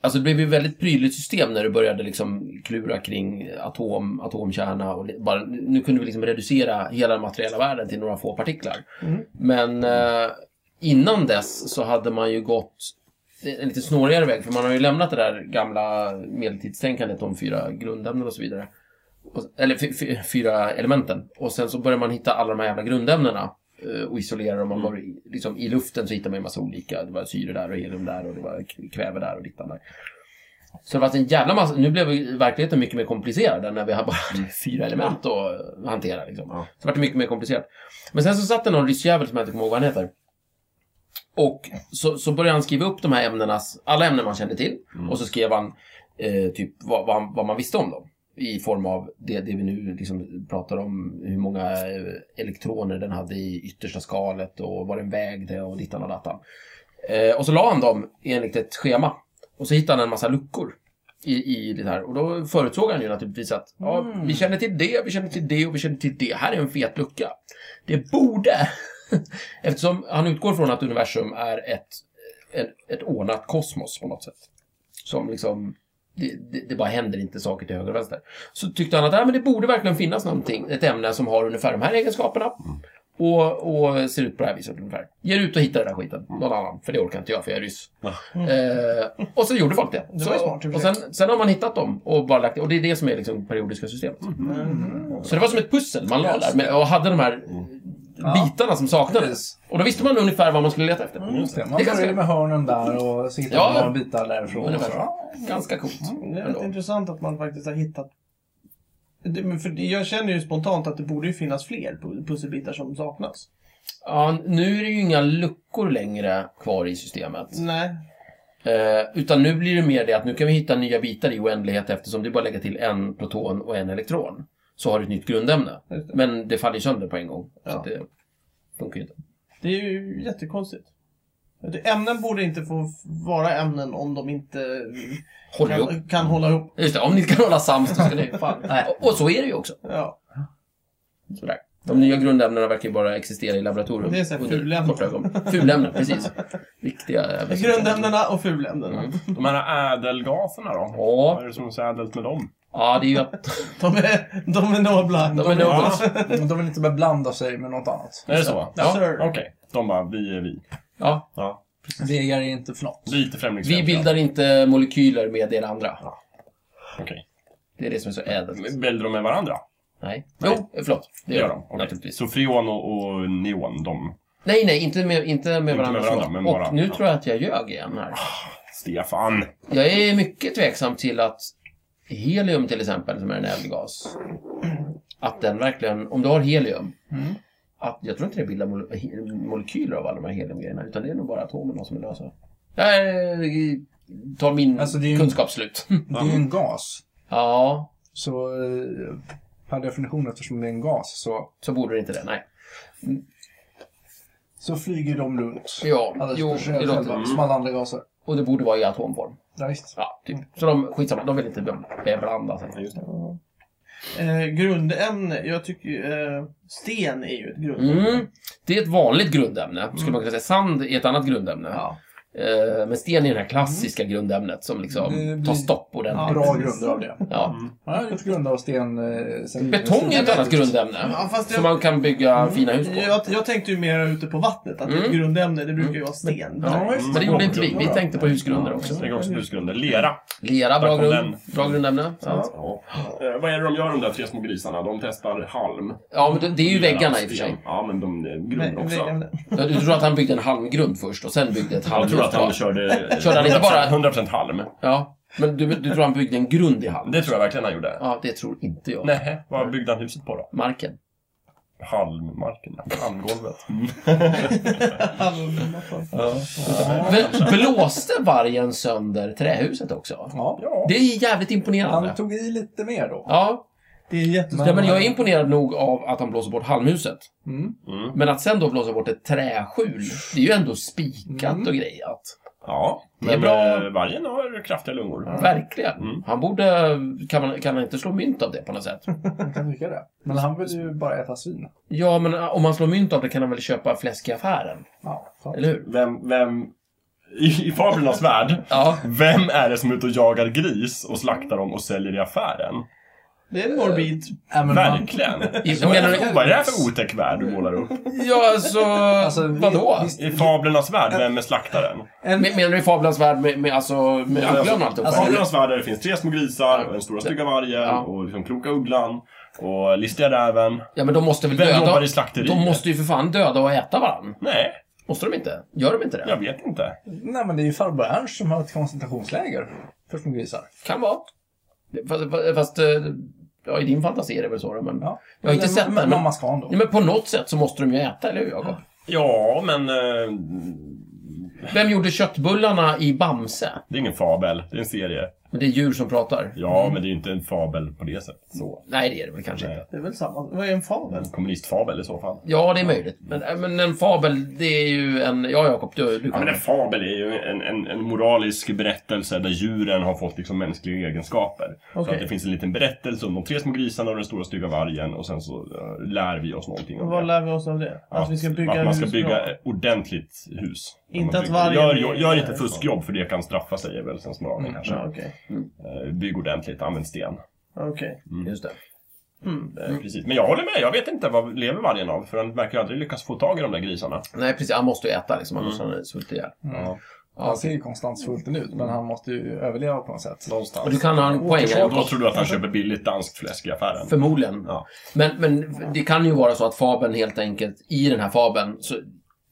Speaker 1: Alltså det blev ju ett väldigt prydligt system när du började liksom klura kring atom, atomkärna och li- bara, nu kunde vi liksom reducera hela den materiella världen till några få partiklar.
Speaker 2: Mm.
Speaker 1: Men eh, innan dess så hade man ju gått en lite snårigare väg för man har ju lämnat det där gamla medeltidstänkandet om fyra grundämnen och så vidare. Och, eller fy- fy- fyra elementen. Och sen så börjar man hitta alla de här jävla grundämnena eh, och isolera dem. Man var, i- liksom, I luften så hittar man ju massa olika. Det var syre där och helium där och det var k- kväve där och dittan där. Så det var en jävla massa, nu blev ju verkligheten mycket mer komplicerad än när vi hade bara hade fyra element att hantera. Liksom.
Speaker 3: Ja.
Speaker 1: Så det var det mycket mer komplicerat. Men sen så satt det någon ryssjävel som jag inte kommer ihåg vad han heter. Och så, så började han skriva upp de här ämnenas, alla ämnen man kände till. Och så skrev han eh, typ vad, vad, han- vad man visste om dem. I form av det, det vi nu liksom pratar om, hur många eh, elektroner den hade i yttersta skalet och vad den vägde och dittan och dattan. Eh, och så la han dem enligt ett schema. Och så hittade han en massa luckor i, i det här. Och då förutsåg han ju naturligtvis att ja, vi känner till det, vi känner till det och vi känner till det. Här är en fet lucka. Det borde, eftersom han utgår från att universum är ett, ett, ett ordnat kosmos på något sätt. Som liksom, det, det, det bara händer inte saker till höger och vänster. Så tyckte han att äh, men det borde verkligen finnas någonting, ett ämne som har ungefär de här egenskaperna. Och, och ser ut på det här viset ungefär. Ger ut och hittar den här skiten. Någon annan. För det orkar inte jag, för jag är ryss. Eh, och så gjorde folk det.
Speaker 2: Mm. Det var ju
Speaker 1: så,
Speaker 2: smart i och
Speaker 1: och
Speaker 2: för sig.
Speaker 1: sen, sen har man hittat dem och bara lagt Och det är det som är liksom periodiska systemet. Så det var som ett pussel man la där med, och hade de här bitarna som saknades.
Speaker 4: Precis. Mm,
Speaker 1: Och då visste man ungefär vad man skulle leta efter.
Speaker 4: Just det. Man
Speaker 1: Mm. Det är
Speaker 4: började
Speaker 1: ganska-
Speaker 4: med hörnen där och så hittade
Speaker 1: Ja.
Speaker 4: man några bitar därifrån. Och så,
Speaker 1: Ungefär.
Speaker 4: ja, Mm,
Speaker 1: Ganska coolt.
Speaker 2: Det är rätt
Speaker 1: ändå.
Speaker 2: intressant att man faktiskt har hittat... Det, men för jag känner ju spontant att det borde ju finnas fler pu- pusselbitar som saknas.
Speaker 1: Ja, nu är det ju inga luckor längre kvar i systemet.
Speaker 2: Nej.
Speaker 1: Eh, utan nu blir det mer det att nu kan vi hitta nya bitar i oändlighet eftersom det är bara att lägga till en proton och en elektron. Så har du ett nytt grundämne.
Speaker 2: Just det.
Speaker 1: Men det faller ju sönder på en gång. Så
Speaker 2: Ja.
Speaker 1: att det funkar ju inte.
Speaker 2: Det är ju jättekonstigt. Det- Ämnen borde inte få f- vara ämnen om de inte
Speaker 1: Håller ihop.
Speaker 2: kan, kan hålla ihop.
Speaker 1: Just det, om ni kan hålla sams då ska ni... Fan.
Speaker 4: Nej.
Speaker 1: Och, och så är det ju också.
Speaker 2: Ja.
Speaker 1: Sådär. De nya grundämnena verkar ju bara existera i laboratorium.
Speaker 2: Det är så här
Speaker 1: under
Speaker 2: fulämnen.
Speaker 1: korta ögon. Fulämnen, precis. Viktiga... ämnen.
Speaker 2: Grundämnena och fulämnena.
Speaker 1: Mm.
Speaker 3: De här ädelgaserna då? Vad
Speaker 1: Ja,
Speaker 3: är det som är så ädelt med dem?
Speaker 1: ja, det är ju att...
Speaker 2: De, är, de är nobla.
Speaker 1: De är nobla.
Speaker 4: de vill inte beblanda sig med något annat.
Speaker 3: Är det så?
Speaker 2: Ja,
Speaker 1: Ja,
Speaker 2: sir.
Speaker 3: Okej. De bara, vi är vi.
Speaker 1: Ja,
Speaker 3: Ja.
Speaker 4: Vägar är inte för något.
Speaker 3: Lite
Speaker 1: vi
Speaker 3: främlingsfientliga.
Speaker 1: bildar inte molekyler med er andra.
Speaker 3: Okej.
Speaker 1: Det är det som är så ädelt.
Speaker 3: Men Bildar de med varandra?
Speaker 1: Nej. Jo, förlåt. Det gör de.
Speaker 3: Okej.
Speaker 1: Naturligtvis.
Speaker 3: Så freon och, och neon, de...
Speaker 1: Nej, nej, inte med, inte med varandra.
Speaker 3: med varandra,
Speaker 1: förlåt.
Speaker 3: men
Speaker 1: och
Speaker 3: bara-
Speaker 1: nu
Speaker 3: ja.
Speaker 1: tror jag att jag ljög igen här.
Speaker 3: Stefan!
Speaker 1: Jag är mycket tveksam till att helium till exempel, som är en eldgas, att den verkligen, om du har helium,
Speaker 4: Mm.
Speaker 1: att jag tror inte det bildar mol- he- molekyler av alla de här heliumgrejerna, utan det är nog bara atomerna som är lösa. Jag tar min
Speaker 4: Alltså, det är ju-
Speaker 1: kunskap slut.
Speaker 4: Det är ju en gas.
Speaker 1: ja,
Speaker 4: Så eh, per definition, eftersom det är en gas, så,
Speaker 1: så borde det inte det. Nej.
Speaker 4: så flyger de runt.
Speaker 1: Ja,
Speaker 4: Alldeles
Speaker 1: jo,
Speaker 4: för sig
Speaker 1: det
Speaker 4: Alltså, själva,
Speaker 1: låter...
Speaker 4: Som alla andra gaser.
Speaker 1: Och det borde vara i atomform.
Speaker 4: Ja, visst.
Speaker 1: Ja, typ. Så de, skitsamma, de vill inte be- beblanda sig.
Speaker 3: Ja, Just det.
Speaker 2: Eh, grundämne. Jag tycker ju, eh, sten är ju ett grundämne.
Speaker 1: Mm. Det är ett vanligt grundämne, skulle man kunna säga. Sand är ett annat grundämne.
Speaker 2: Ja.
Speaker 1: Eh, Men sten är det här klassiska grundämnet som liksom
Speaker 4: Mm. Det blir- Mm.
Speaker 1: tar stopp ordentligt.
Speaker 4: Bra grunder av det.
Speaker 1: Ja.
Speaker 4: Jag har gjort grunder av sten eh, sen...
Speaker 1: Betong är ett annat grundämne.
Speaker 2: Ja, fast
Speaker 1: Som
Speaker 2: jag-
Speaker 1: man kan bygga
Speaker 4: Mm.
Speaker 1: fina hus på.
Speaker 2: Jag, jag tänkte ju mer ute på vattnet, att det är ett
Speaker 1: Mm.
Speaker 2: grundämne. Det brukar ju vara sten.
Speaker 1: Ja,
Speaker 4: just
Speaker 1: men det gjorde inte vi. Vi tänkte på husgrunder också.
Speaker 3: Jag tänker också på husgrunder. Lera.
Speaker 1: Lera, bra
Speaker 3: Där kom
Speaker 1: grund. Bra grundämne. Ja,
Speaker 3: Ja. Eh, vad är det de gör de där tre små grisarna? De testar halm.
Speaker 1: ja men det- det är ju väggarna i och för
Speaker 3: Sten.
Speaker 1: sig.
Speaker 3: Ja, men de eh, grund
Speaker 2: Nej,
Speaker 3: också.
Speaker 2: väggarna.
Speaker 1: Ja, Du tror att han byggde en halmgrund först och sen byggde ett
Speaker 3: Jag
Speaker 1: halmhus?
Speaker 3: tror att han
Speaker 1: på-
Speaker 3: körde
Speaker 1: Körde han inte bara-
Speaker 3: 100% halm.
Speaker 1: Ja, men du, du tror han byggde en grund i halm?
Speaker 3: Det tror jag verkligen han gjorde.
Speaker 1: Ja, det tror inte jag.
Speaker 3: Nej, vad byggde han huset på då?
Speaker 1: Marken.
Speaker 3: Halmmarken, halmgolvet.
Speaker 2: Halmmattan.
Speaker 1: Men blåste vargen sönder trähuset också?
Speaker 4: Ja.
Speaker 3: Ja.
Speaker 1: Det är jävligt
Speaker 4: Han
Speaker 1: imponerande.
Speaker 4: tog i lite mer då.
Speaker 1: Ja,
Speaker 2: Det är jättestort.
Speaker 1: nej, men jag är imponerad nog av att han blåser bort halmhuset.
Speaker 4: Mm.
Speaker 3: Mm.
Speaker 1: Men att sen då blåsa bort ett träskjul, det är ju ändå spikat och grejat.
Speaker 3: ja.
Speaker 1: Det är
Speaker 3: Men
Speaker 1: bra.
Speaker 3: eh, vargen har kraftiga lungor.
Speaker 1: Verkligen.
Speaker 3: Mm.
Speaker 1: Han borde... Kan, man, kan han inte slå mynt av det på något sätt?
Speaker 4: Man kan tycka det. Men han vill ju bara äta svin.
Speaker 1: Ja, men eh, om han slår mynt av det kan han väl köpa fläsk i affären?
Speaker 4: Ja, sant.
Speaker 1: Eller hur?
Speaker 3: Vem, vem... I, i fablernas värld,
Speaker 1: Ja.
Speaker 3: vem är det som är ute och jagar gris och slaktar dem och säljer i affären?
Speaker 2: Det är morbid.
Speaker 4: Ja, men man-
Speaker 3: Verkligen!
Speaker 1: Jag
Speaker 3: Vad är
Speaker 1: menar,
Speaker 3: det för- vad är det här för otäck värld du målar upp?
Speaker 1: ja alltså...
Speaker 4: Alltså, vi-
Speaker 1: vadå?
Speaker 4: visst-
Speaker 3: I fablernas värld, vem är slaktaren?
Speaker 4: En,
Speaker 1: Men- Menar du i Fabelans värld med, med, alltså, med öglön och alltihopa?
Speaker 4: Alltså,
Speaker 1: eller?
Speaker 3: Fablernas värld där det finns tre små grisar, och den stora stygga vargen,
Speaker 1: Ja.
Speaker 3: och liksom kloka ugglan, och listiga räven.
Speaker 1: ja, men de måste väl
Speaker 3: Vem jobbar
Speaker 1: döda...
Speaker 3: i slakteriet?
Speaker 1: De måste ju för fan döda och äta varandra.
Speaker 3: Nej,
Speaker 1: Måste de inte? Gör de inte det?
Speaker 3: jag vet inte.
Speaker 4: nej, men det är ju farbror Ernst som har ett koncentrationsläger för små grisar.
Speaker 1: Kan vara. Fast, fast- fast eh, ja, i din fantasi är det väl så då, men...
Speaker 4: Ja.
Speaker 1: Jag har inte
Speaker 4: Eller
Speaker 1: sett
Speaker 4: ma-
Speaker 1: den, men-
Speaker 4: Mamma Scan då.
Speaker 1: Ja, men på något sätt så måste de ju äta, eller hur Jakob?
Speaker 3: Ja, men... eh,
Speaker 1: Vem gjorde köttbullarna i Bamse?
Speaker 3: Det är ingen fabel, det är en serie.
Speaker 1: Men det är djur som pratar.
Speaker 3: Ja, men det är ju inte en fabel på det sättet. Så.
Speaker 1: Nej, det är det väl kanske
Speaker 3: Nej.
Speaker 1: inte.
Speaker 2: Det är väl samma. Vad är en fabel?
Speaker 3: En kommunistfabel i så fall.
Speaker 1: Ja, det är möjligt. Men, äh, men en fabel, det är ju en... Ja, Jakob, du, du
Speaker 3: Ja,
Speaker 1: kan.
Speaker 3: men en fabel är ju en, en, en moralisk berättelse där djuren har fått liksom mänskliga egenskaper. Så
Speaker 2: Okej.
Speaker 3: att det finns en liten berättelse om de tre små grisarna och den stora stygga vargen och sen så eh, lär vi oss någonting om
Speaker 2: Vad
Speaker 3: det.
Speaker 2: lär vi oss av det? Att vi ska bygga
Speaker 3: att man ska
Speaker 2: hus
Speaker 3: bygga
Speaker 2: bra.
Speaker 3: ett ordentligt hus.
Speaker 2: Inte
Speaker 3: Man
Speaker 2: att
Speaker 3: bygger-
Speaker 2: vargen
Speaker 3: gör,
Speaker 2: är- Mm,
Speaker 3: gör, gör inte fuskjobb för det kan straffa sig är väl sens moralen kanske.
Speaker 2: Ja, okej.
Speaker 3: Eh, Bygg ordentligt, använd sten.
Speaker 2: Okej.
Speaker 1: Just det.
Speaker 3: Eh,
Speaker 2: Mm.
Speaker 3: Precis. Men jag håller med, jag vet inte vad lever vargen av för den verkar ju aldrig lyckas få tag i de där grisarna.
Speaker 1: Nej, precis. Han måste ju äta liksom, annars har han svultit ihjäl.
Speaker 3: Mm. Ja.
Speaker 4: Han ser ju konstant svulten ut, men han måste ju överleva på något sätt.
Speaker 3: Någonstans.
Speaker 1: Och du kan ha en poäng här,
Speaker 3: Och då
Speaker 1: Jakob.
Speaker 3: tror du att han köper billigt danskt fläsk i affären?
Speaker 1: Förmodligen.
Speaker 3: Ja.
Speaker 1: Men, men det kan ju vara så att fabeln helt enkelt, i den här fabeln, så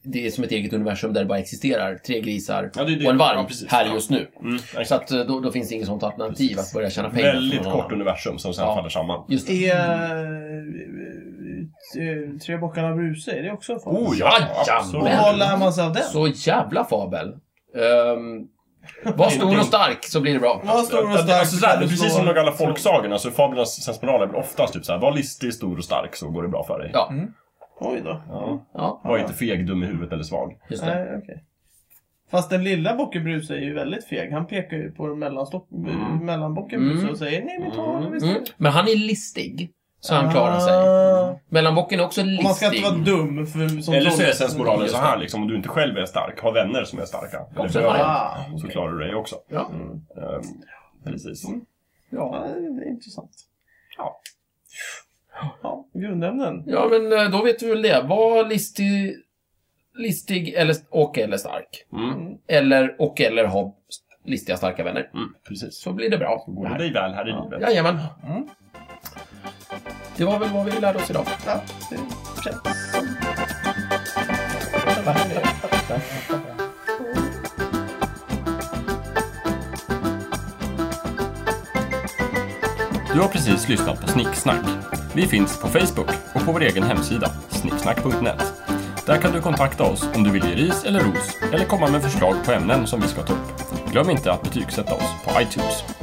Speaker 1: det är som ett eget universum där det bara existerar tre grisar
Speaker 3: Ja, det är det.
Speaker 1: och en varg
Speaker 3: Ja, precis.
Speaker 1: här
Speaker 3: Ja.
Speaker 1: just nu.
Speaker 3: Mm, exakt.
Speaker 1: Så att eh, då, då finns det inget sånt alternativ att börja tjäna pengar.
Speaker 3: Väldigt
Speaker 1: från någon
Speaker 3: kort
Speaker 1: annan.
Speaker 3: universum som sen
Speaker 1: Ja.
Speaker 3: faller samman.
Speaker 1: Just det.
Speaker 2: Är
Speaker 3: Mm.
Speaker 2: eh, eh, Tre bockarna Bruse, är det också en fabel?
Speaker 3: Oh
Speaker 1: Jajamän.
Speaker 2: Och vad lär man sig av den?
Speaker 1: Så jävla fabel. Ehm, var stor och stark så blir det bra.
Speaker 2: Var stor och
Speaker 3: Alltså,
Speaker 2: stark.
Speaker 3: alltså, såhär,
Speaker 2: kan
Speaker 3: det är
Speaker 2: du
Speaker 3: precis
Speaker 2: slå-
Speaker 3: som de alla folksagorna, så fablernas sensmoral är väl oftast typ såhär, var listig, stor och stark så går det bra för dig.
Speaker 1: Ja,
Speaker 2: Oj då.
Speaker 3: Ja.
Speaker 1: ja
Speaker 3: Var inte feg, dum i huvudet eller svag.
Speaker 1: just det.
Speaker 2: Nej, okej. Fast den lilla bocken Bruse är ju väldigt feg. Han pekar ju på mellanstopp-
Speaker 3: Mm.
Speaker 2: mellanbocken Bruse och säger nej men ta honom
Speaker 1: Mm.
Speaker 2: istället.
Speaker 1: Men han är listig. Så han klarar sig.
Speaker 2: Ah.
Speaker 1: Mellanbocken är också listig.
Speaker 2: Och man ska inte vara dum för, som
Speaker 3: Eller så är
Speaker 2: troll-
Speaker 3: sensmoralen
Speaker 1: Just
Speaker 3: så här liksom, om du inte själv är stark, ha vänner som är starka. Eller
Speaker 1: Också en
Speaker 3: bröder,
Speaker 2: Ah,
Speaker 3: Så klarar du dig också.
Speaker 1: Ja.
Speaker 3: Ehm, precis.
Speaker 2: Mm.
Speaker 1: Mm.
Speaker 2: ja, det är intressant.
Speaker 3: Ja.
Speaker 2: Ja, grundämnen.
Speaker 1: ja, men eh, då vet vi väl det. Var listig, listig eller, och eller stark.
Speaker 3: Mm.
Speaker 1: Eller och eller ha listiga starka vänner.
Speaker 3: Mm, precis.
Speaker 1: Så blir det bra.
Speaker 3: Går det dig väl här i livet?
Speaker 1: Jajamän.
Speaker 4: Mm.
Speaker 1: Det var väl vad vi lärde oss idag.
Speaker 2: Ja, det känns som...
Speaker 3: Du har precis lyssnat på Snicksnack. Vi finns på Facebook och på vår egen hemsida, snicksnack.net. Där kan du kontakta oss om du vill ge ris eller ros eller komma med förslag på ämnen som vi ska ta upp. Glöm inte att betygsätta oss på iTunes.